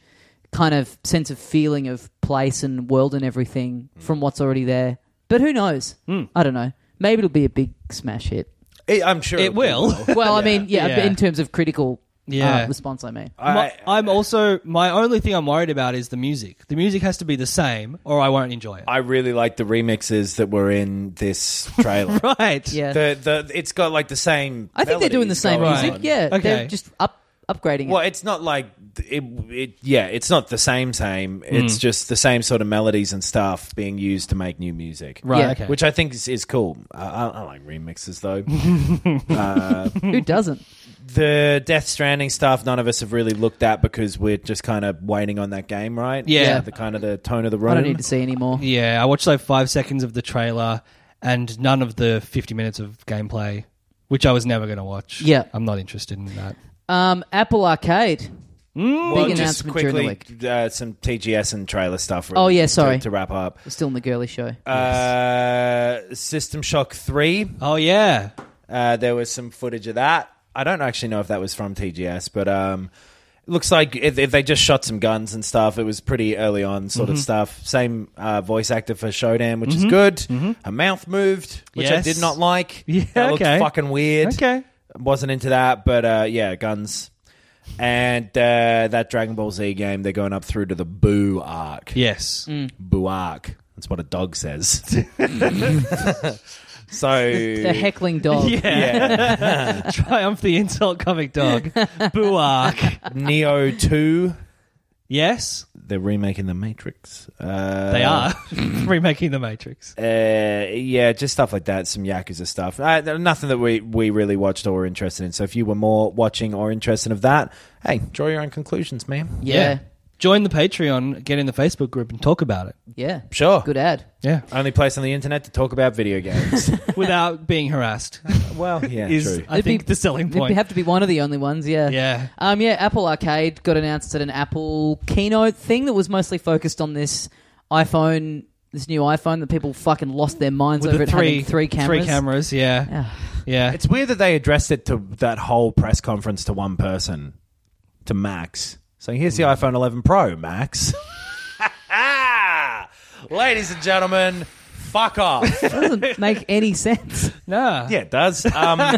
kind of sense of feeling of place and world and everything from what's already there. But who knows? I don't know. Maybe it'll be a big smash hit.
It, I'm sure
It will.
Well, I mean, yeah,
Yeah.
in terms of critical
Yeah.
uh, response, I mean.
My, I'm also my only thing I'm worried about is the music. The music has to be the same, or I won't enjoy it.
I really like the remixes that were in this trailer.
right?
Yeah.
The the it's got like the same.
I think they're doing the
melodies
same
going
music.
on.
Yeah,
Okay.
they're just up upgrading
Well,
it.
it's not like it, it. Yeah, it's not the same same.
Hmm.
It's just the same sort of melodies and stuff being used to make new music.
Right.
Yeah.
Okay.
Which I think is, is cool. I, I, I like remixes though.
Mm-hmm. Who doesn't?
the Death Stranding stuff, none of us have really looked at because we're just kind of waiting on that game, right?
Yeah. Yeah.
The kind of the tone of the
I
road.
don't need to see anymore.
yeah, I watched like five seconds of the trailer and none of the 50 minutes of gameplay, which I was never going to watch.
Yeah.
I'm not interested in that.
Um, Apple Arcade.
well,
Big
just
announcement during the
quickly, uh, some TGS and trailer stuff.
Oh, yeah,
to-
sorry.
To, wrap up.
We're still in the girly show.
Uh, System Shock 3,
Oh yeah,
uh, there was some footage of that. I don't actually know if that was from TGS, but um, it looks like it, it- they just shot some guns and stuff. It was pretty early on sort
Mm-hmm.
of stuff. Same uh, voice actor for Shodan, which is good. Her mouth moved, which I
Mm-hmm. Yes.
did not like.
Yeah,
that looked
okay.
fucking weird.
Okay.
wasn't into that, but uh, yeah, guns. And uh, that Dragon Ball Z game, they're going up through to the Boo arc.
yes.
Mm.
Boo arc. That's what a dog says. so
the heckling dog.
yeah.
Oh, Triumph the insult comic dog, Buark.
Neo 2.
Yes,
They're remaking The Matrix. Uh,
they are remaking the Matrix.
Uh, yeah, just stuff like that. Some Yakuza stuff. Uh, there- nothing that we, we really watched or were interested in. So if you were more watching or interested of that, hey, draw your own conclusions, man.
yeah,
Join the Patreon, get in the Facebook group, and talk about it.
yeah.
Sure.
Good ad.
Yeah,
Only place on the internet to talk about video games.
without being harassed
well, yeah,
is
true.
I
It'd
think
be-
the selling
It'd be-
point.
have to be one of the only ones. Yeah.
yeah.
Um, yeah, Apple Arcade got announced at an Apple keynote thing that was mostly focused on this iPhone, this new iPhone that people fucking lost their minds
With
over it
the three,
having three cameras.
three cameras, yeah, yeah.
It's weird that they addressed it to that whole press conference to one person, to Max. So here's the iPhone 11 Pro, Max. Ladies and gentlemen, fuck off.
doesn't make any sense.
no,
yeah, it does. Um,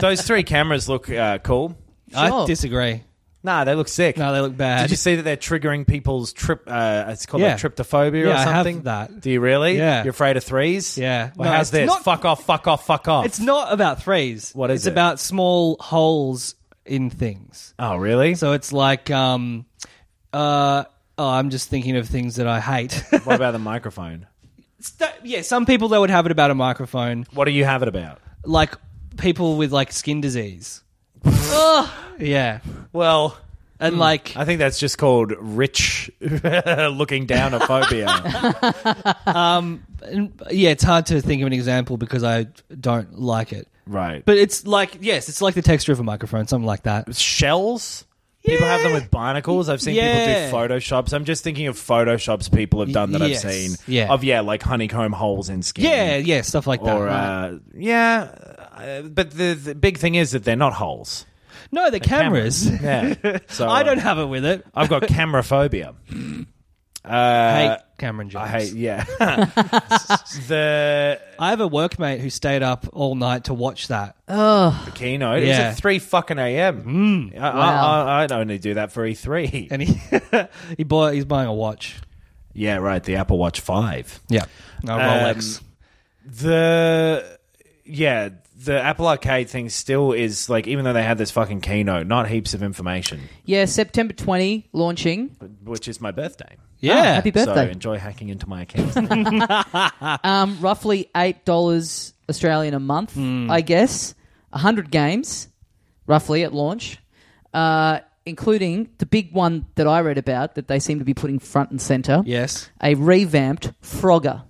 those three cameras look uh, cool.
I
Sure.
disagree.
Nah, they look sick.
No, they look bad.
Did you see that they're triggering people's trip? Uh, it's called
Yeah.
like tryptophobia
Yeah, I
or
have
something.
that.
Do you really?
Yeah.
You're afraid of threes?
Yeah.
Well,
No,
how's
it's
this?
not-
Fuck off! Fuck off! Fuck off!
It's not about threes.
What is
it's
it?
about small holes in things.
oh, really?
So it's like, um, uh, oh, I'm just thinking of things that I hate.
what about the microphone?
St- yeah, some people they would have it about a microphone,
What do you have it about?
like people with like skin disease. yeah,
Well,
and like
I think that's just called rich looking down a phobia.
um, and- yeah, it's hard to think of an example because I don't like it.
right. But
But it's like yes, it's like the texture of a microphone, something like that.
shells? People have them with binacles. I've seen
Yeah.
people do photoshops. I'm just thinking of photoshops people have done that
Yes.
I've seen.
Yeah.
Of yeah, like honeycomb holes in skin.
Yeah, yeah, stuff like that.
Or
right.
uh, yeah, uh, but the, the big thing is that they're not holes.
no, the cameras.
Yeah. So
I
uh,
don't have it with it.
I've got camera phobia.
I
Uh,
hate Cameron Jones.
I hate. Yeah. the
I have a workmate who stayed up all night to watch that.
keynote. It was
Yeah. Mm.
at three fucking a.m. I,
Wow.
I, I'd only do that for E E3.
And he he bought he's buying a watch.
Yeah, right. The Apple Watch Five.
Yeah. No Rolex.
The yeah, the Apple Arcade thing still is like, even though they had this fucking keynote, not heaps of information,
Yeah, September 20 launching.
which is my birthday.
Yeah.
Ah, happy
So
birthday.
enjoy hacking into my account.
Um, roughly $8 Australian a month, I guess. 100 games, roughly, at launch, uh, including the big one that I read about that they seem to be putting front and center
yes.
a revamped Frogger.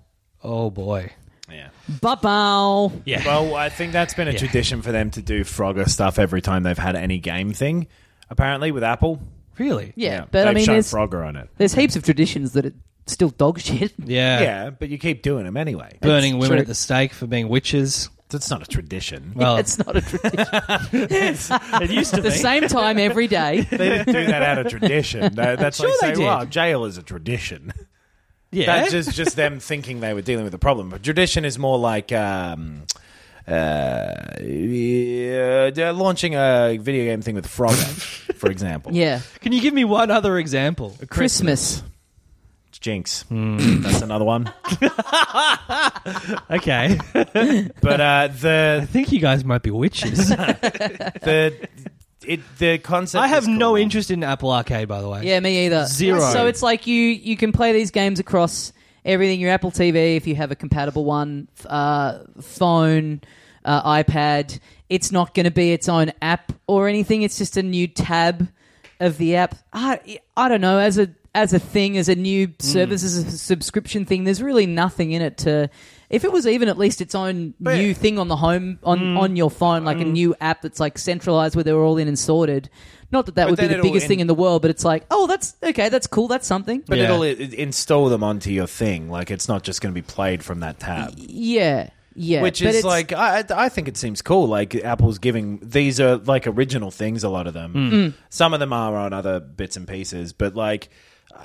Oh boy.
yeah.
Ba-bow.
Yeah.
Well, I think that's been a tradition for them to do Frogger stuff every time they've had any game thing. Apparently, with Apple.
Really?
Yeah, but
they've
I mean,
shown
there's,
Frogger on it.
there's heaps of traditions that are still dog shit.
Yeah.
Yeah, but you keep doing them anyway.
Burning women
true.
at the stake for being witches.
That's not a tradition.
Well,
it's not a tradition.
It used to
the
be.
same time every day.
They didn't do that out of tradition. That- that's
Sure
like
they
saying,
did.
"Well, jail is a tradition."
yeah.
That's just just them thinking they were dealing with a problem. But tradition is more like um, uh, yeah, they're launching a video game thing with Frogger, for example.
Yeah.
Can you give me one other example?
Christmas.
It's Jinx. That's another one.
Okay.
But uh, the
I think you guys might be witches.
the it the concept.
I have
is cool.
no interest in Apple Arcade, by the way.
Yeah, me either.
Zero.
So it's like you you can play these games across everything. Your Apple TV, if you have a compatible one, f- uh, phone, uh, iPad. It's not going to be its own app or anything. It's just a new tab of the app. I I don't know as a as a thing as a new
Mm.
service as a subscription thing. There's really nothing in it to. If it was even at least its own new thing on the home on,
Mm.
on your phone, like a new app that's like centralized where they're all in and sorted. Not that that would be
then
the
it'll
biggest thing
end-
in the world, but it's like, oh, that's okay, that's cool, that's something.
But
Yeah.
it'll i- install them onto your thing. Like it's not just going to be played from that tab.
Yeah, yeah.
Which
but
is
it's-
like I, I- I think it seems cool. Like Apple's giving these are like original things. A lot of them. Mm. Some of them are on other bits and pieces, but like uh,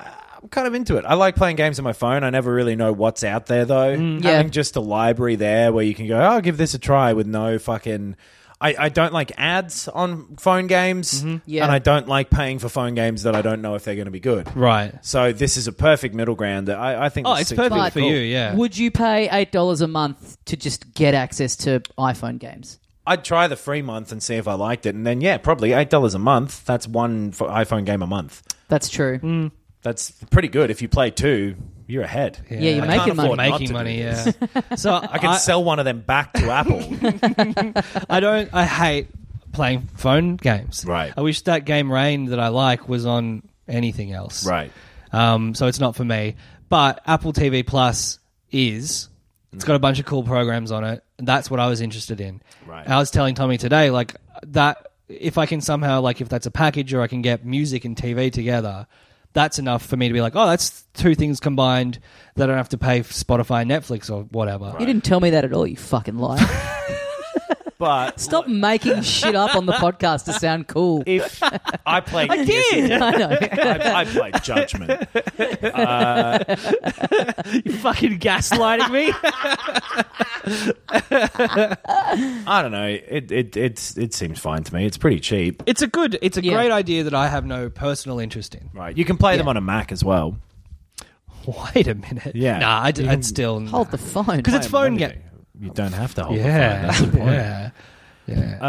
I'm kind of into it. I like playing games on my phone. I never really know what's out there though.
Yeah.
Having just a library there where you can go, oh, I'll give this a try with no fucking. I, I don't like ads on phone games,
Yeah.
and I don't like paying for phone games that I don't know if they're going to be good.
Right.
So this is a perfect middle ground. that I, I think.
Oh,
the
it's
six-
perfect
But
for you, yeah.
Would you pay eight dollars a month to just get access to iPhone games?
I'd try the free month and see if I liked it, and then yeah, probably eight dollars a month. That's one for iPhone game a month.
That's true.
Mm. That's pretty good. If you play two, you're ahead.
Yeah, you're
I
making
can't
money.
afford not to
Making
do
money,
this.
yeah. so
I can
I,
sell one of them back to Apple.
I don't. I hate playing phone games.
Right.
I wish that game Rain that I like was on anything else.
right.
Um, so it's not for me. But Apple TV Plus is. It's got a bunch of cool programs on it. And that's what I was interested in.
Right.
I was telling Tommy today, like that. If I can somehow, like, if that's a package or I can get music and TV together, that's enough for me to be like, oh, that's two things combined that I don't have to pay for Spotify, Netflix, or whatever.
You didn't tell me that at all, you fucking liar.
But
Stop making shit up on the podcast to sound cool.
if I play, I
I know.
I, I play Judgment.
You fucking gaslighting me.
I don't know. It it it's it seems fine to me. It's pretty cheap.
It's a good, it's a
Yeah.
great idea that I have no personal interest in.
Right. You can play them
Yeah.
on a Mac as well.
Wait a minute.
Yeah.
Nah, I'd, I'd still.
Hold the phone.
Because it's phone game.
You don't have to hold.
Yeah.
The phone. That's the point.
Yeah. Yeah.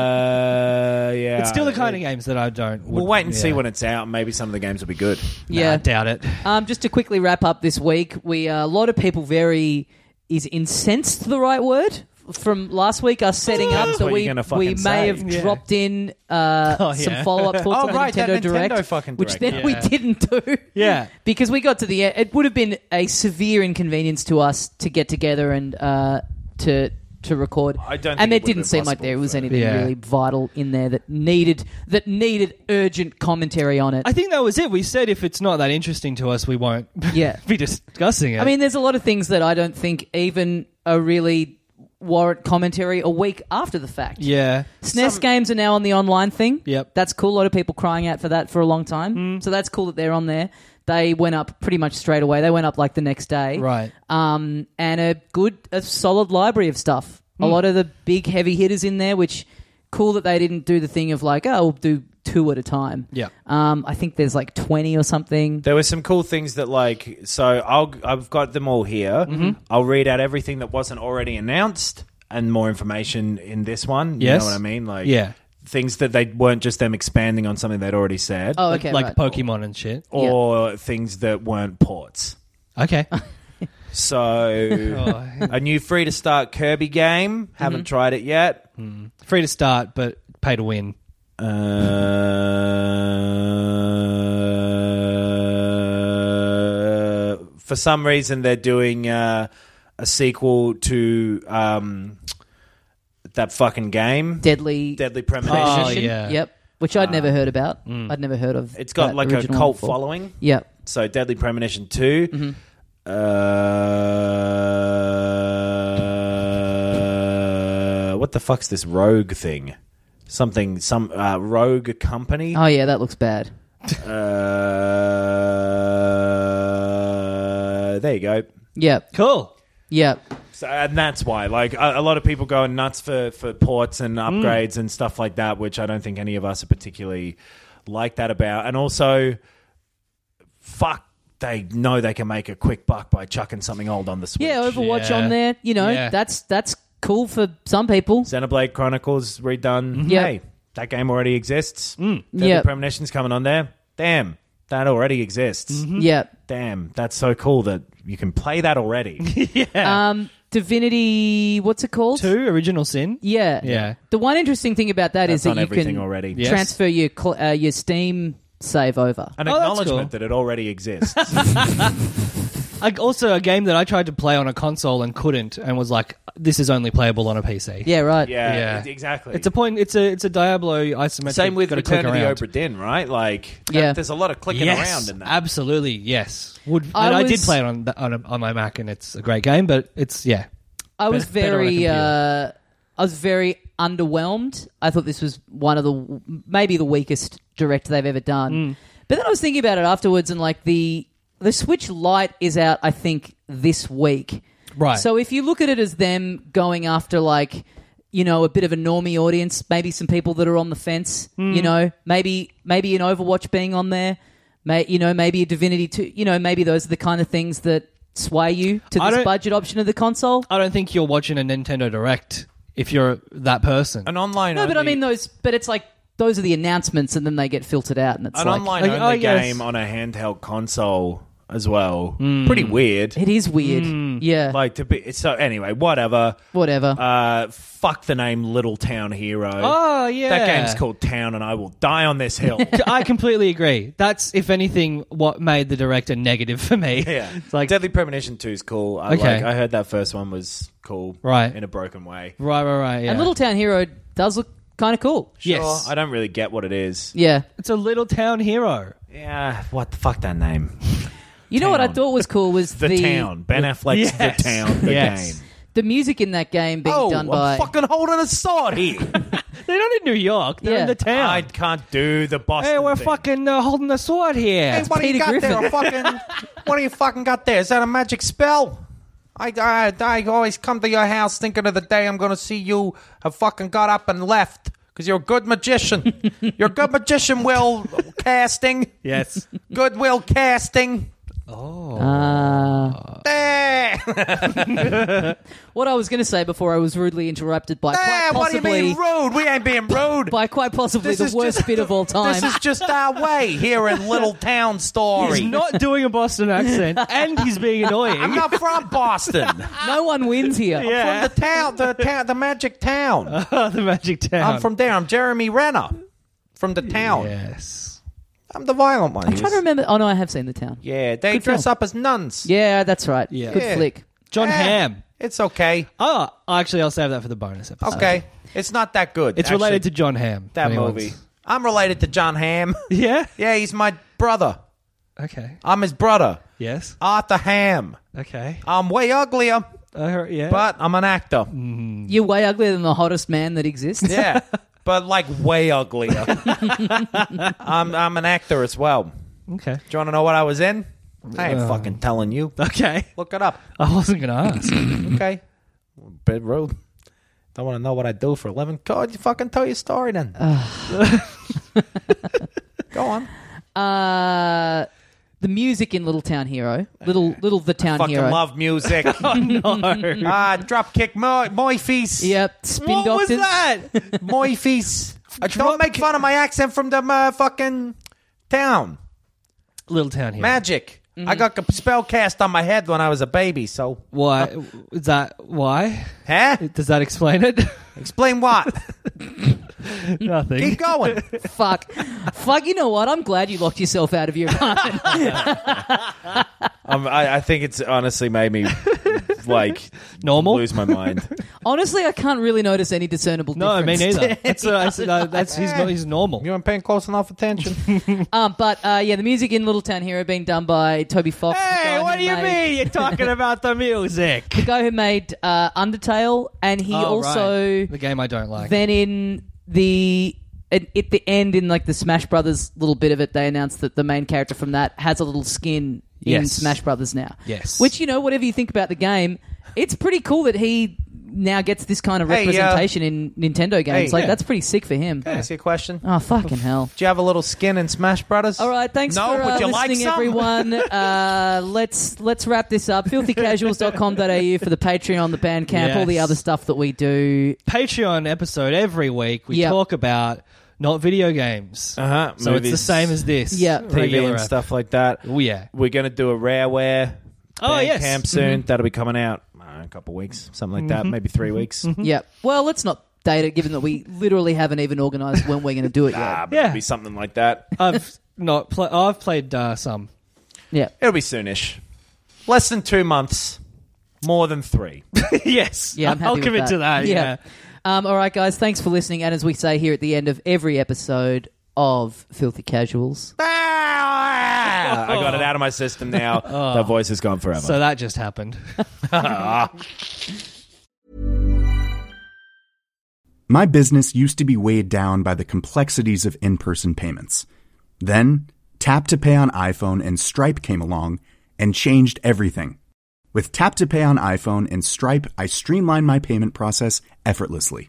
Uh, yeah.
it's still the kind of games that I don't.
We'll wait and see when it's out. Maybe some of the games will be good.
Yeah.
I doubt it.
Um, just to quickly wrap up this week, we uh, a lot of people very is incensed the right word from last week us setting up
Depends
that
Ah. what
we
you're gonna
we may
fucking say.
have
Yeah.
dropped in uh,
Oh,
some
yeah.
follow up thoughts
Oh,
on the
right, that
Nintendo
Nintendo
Direct,
fucking
which then
Direct,
we
yeah.
didn't do.
Yeah.
because we got to the end. It would have been a severe inconvenience to us to get together and uh, to to record.
I don't
and it
think it would have
didn't
been
seem like
possible
there was
for-
anything
Yeah.
really vital in there that needed that needed urgent commentary on it.
I think that was it. We said if it's not that interesting to us, we won't
Yeah.
be discussing it.
I mean, there's a lot of things that I don't think even are really warrant commentary a week after the fact.
yeah.
SNES games are now on the online thing.
Yep. Hmm.
That's cool. A lot of people crying out for that for a long time. So that's cool that they're on there. They went up pretty much straight away. They went up like the next day.
Right.
Um, and a good, a solid library of stuff. A
Hmm.
lot of the big heavy hitters in there, which cool that they didn't do the thing of like, oh, we'll do two at a time.
Yeah.
Um, I think there's like 20 or something.
There were some cool things that, like, so I'll I've got them all here.
Mm-hmm.
I'll read out everything that wasn't already announced and more information in this one.
Yes.
You know what I mean? Like,
Yeah.
things that they weren't just them expanding on something they'd already said,
Oh, okay.
like
right.
Pokemon and shit.
or things that weren't ports.
Okay.
So
Oh, Mm-hmm.
a new free to start Kirby game. Haven't tried it yet.
free to start, but pay to win.
Uh, for some reason, they're doing uh, a sequel to um, that fucking game,
Deadly.
Deadly Premonition.
Oh,
Premonition.
yeah.
Yep. Which I'd never heard about. I'd never heard of.
Ah. Mm. It's got
that
like a
original
cult
before.
following.
Yep.
So Deadly Premonition 2. Uh, what the fuck's this rogue thing? Something, some uh, rogue company.
Oh yeah, that looks bad.
Uh, there you go.
Yep.
Cool.
Yep.
So, and that's why, like, a, a lot of people going nuts for, for ports and upgrades and stuff like that, which I don't think any of us are particularly like that about. And also, fuck, they know they can make a quick buck by chucking something old on the Switch.
Yeah, Overwatch
Yeah.
on there. You know,
Yeah.
that's that's cool for some people.
Xenoblade Chronicles redone.
Mm-hmm. Yep.
Hey, that game already exists. Mm.
Yep.
Premonition's coming on there. Damn, that already exists.
Mm-hmm. Yep.
Damn, that's so cool that you can play that already.
Um, Divinity, what's it called?
Two original sin.
Yeah.
Yeah.
The one interesting thing about
That's
that's
on
that you
everything
can
already.
Yes.
transfer your cl- uh, your Steam save over.
An
Oh, that's
acknowledgement
cool.
that it already exists.
I, also, a game that I tried to play on a console and couldn't, and was like, "This is only playable on a PC."
Yeah, right.
Yeah,
Yeah.
e- exactly.
It's a point. It's a it's a Diablo isometric.
Same with
gotta
Return
click
of the
around.
Obra Dinn, right? Like,
Yeah.
that- there's a lot of clicking
Yes,
around in that.
absolutely. Yes, would
I
and I did
was-
play it on the, on, a, on my Mac, and it's a great game. But it's yeah,
I was
Better- better on
very
a computer.
uh, I was very underwhelmed. I thought this was one of the maybe the weakest direct they've ever done.
Mm.
But then I was thinking about it afterwards, and like the the Switch Lite is out, I think this week.
Right.
So if you look at it as them going after like you know a bit of a normie audience, maybe some people that are on the fence,
Mm.
you know, maybe maybe an Overwatch being on there, may, you know, maybe a Divinity two, you know, maybe those are the kind of things that sway you to
I
this
don't-
budget option of the console.
I don't think you're watching a Nintendo Direct if you're that person.
An online
No, but I
only-
mean those. But it's like those are the announcements, and then they get filtered out, and it's
an
like
online
Like,
only
oh, yes.
game on a handheld console as well.
Hmm.
Pretty weird.
it is weird. Yeah,
Like to be so. Anyway, whatever.
whatever.
Uh, fuck the name Little Town Hero.
oh yeah,
That game's called Town, and I will die on this hill.
I completely agree. That's if anything, what made the director negative for me.
yeah,
it's like
Deadly Premonition Two is cool. I
Okay.
like. I heard that first one was cool.
Right.
in a broken way.
right, right, right. Yeah.
And Little Town Hero does look kind of cool.
yes,
Sure, I don't really get what it is.
Yeah,
it's a little town hero.
Yeah, what the fuck that name?
you know what I
Town.
thought was cool was
The,
the
Town. Ben Affleck's
Yes.
The Town. The
Yes.
game.
the music in that game being
oh,
done by.
I'm fucking holding a sword here.
They're not in New York. They're
Yeah.
in the town.
I can't do the Boston.
hey, we're
thing.
fucking uh, holding a sword here.
Hey, what do
Peter
you got there? A
Griffin.
fucking, what do you fucking got there? Is that a magic spell? I, I, I always come to your house thinking of the day I'm going to see you have fucking got up and left because you're a good magician. you're a good magician, Will casting.
yes.
Good Will casting.
Ah.
There,
what I was going to say before I was rudely interrupted by
there.
quite
What do you
possibly
mean rude? We ain't being rude.
by quite possibly
This
the
is
worst
just-
bit of all time.
This is just our way here in Little Town
He's
Story.
not doing a Boston accent, and he's being annoying.
I'm not from Boston.
no one wins here.
yeah,
the town, the town, the magic town.
the magic town.
I'm from there. I'm Jeremy Renner from the town.
Yes.
I'm the violent one.
I'm trying to remember. Oh no, I have seen the town.
Yeah, they
Good
dress
film.
up as nuns.
Yeah, that's right.
Yeah.
Good
Yeah.
flick.
John
Eh,
Ham.
It's okay.
Oh, actually, I'll save that for the bonus episode.
Okay, it's not that good.
It's
actually,
related to John Ham.
that
Anyone's-
movie. I'm related to John Ham.
Yeah.
yeah, he's my brother.
Okay.
I'm his brother,
Yes.
Arthur Ham.
Okay.
I'm way uglier,
Uh, yeah.
but I'm an actor.
You're way uglier than the hottest man that exists.
Yeah, but like way uglier. I'm I'm an actor as well.
okay.
Do you want to know what I was in? I ain't fucking telling you.
Okay.
Look it up.
I wasn't gonna ask.
Okay. Mm-hmm. Bed road. Don't want to know what I do for a living. God, you fucking tell your story then. Go on.
Uh, the music in Little Town Hero, little little the town
Fucking
hero.
love music. Ah, dropkick Mo- Moifies.
Yep, spin
What
doctors.
was that? Moifies. Uh, Don't make fun of my accent from the uh, fucking town.
Little town here.
Magic. I got a spell cast on my head when I was a baby, so.
Why is that? Why
Huh?
does that explain it?
Explain what?
Nothing.
Keep going.
Fuck, fuck. You know what? I'm glad you locked yourself out of your apartment.
Um, I, I think it's honestly made me just like
Normal?
lose my mind.
Honestly, I can't really notice any discernible
No, me
difference.
neither. That's, uh, that's, uh, that's he's, not- he's normal.
You weren't paying close enough attention.
Um, but uh, yeah, the music in Little Town Hero being done by Toby Fox. the guy who made-
You're talking about the music.
The guy who made uh, Undertale, and he
Oh,
also
right. the game I don't like.
then in the at, at the end in like the Smash Brothers little bit of it, they announced that the main character from that has a little skin in
Yes.
Smash Brothers now.
Yes.
which you know, whatever you think about the game, it's pretty cool that he now gets this kind of
Hey, yeah.
representation in Nintendo games.
Hey,
like
yeah.
that's pretty sick for him.
Can I ask you a question?
Oh fucking hell!
Do you have a little skin in Smash Brothers?
All right, thanks
No,
for uh,
but you
listening,
like some.
everyone. Uh, let's let's wrap this up. Filthycasuals.com.au for the Patreon, the Bandcamp, all the
Yes.
other stuff that we do.
Patreon episode every week. We
Yep.
talk about not video games.
Uh-huh,
So
movies.
it's the same as this.
Yeah. TV
TV
regular
and
app.
stuff like that.
Oh yeah.
We're gonna do a rareware.
Oh,
band
yes.
camp soon. That'll be coming out uh, a couple weeks, something like
Mm-hmm.
that. Maybe three weeks.
Hmm.
Yep. Well, let's not date it, given that we literally haven't even organised when we're going to do it
Ah,
yet.
but
Yeah.
it'll be something like that.
I've not. Pl- I've played uh, some.
Yeah.
It'll be soonish. Less than two months. More than three.
yes.
Yeah, I'm happy
I'll
with
commit
that.
to that.
Yeah.
Yeah.
Um, all right, guys. Thanks for listening. And as we say here at the end of every episode of Filthy Casuals,
Ah, I got it out of my system now. The voice is gone forever.
Oh. So that just happened.
My business used to be weighed down by the complexities of in person payments. Then, Tap to Pay on iPhone and Stripe came along and changed everything. With Tap to Pay on iPhone and Stripe, I streamline my payment process effortlessly.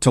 To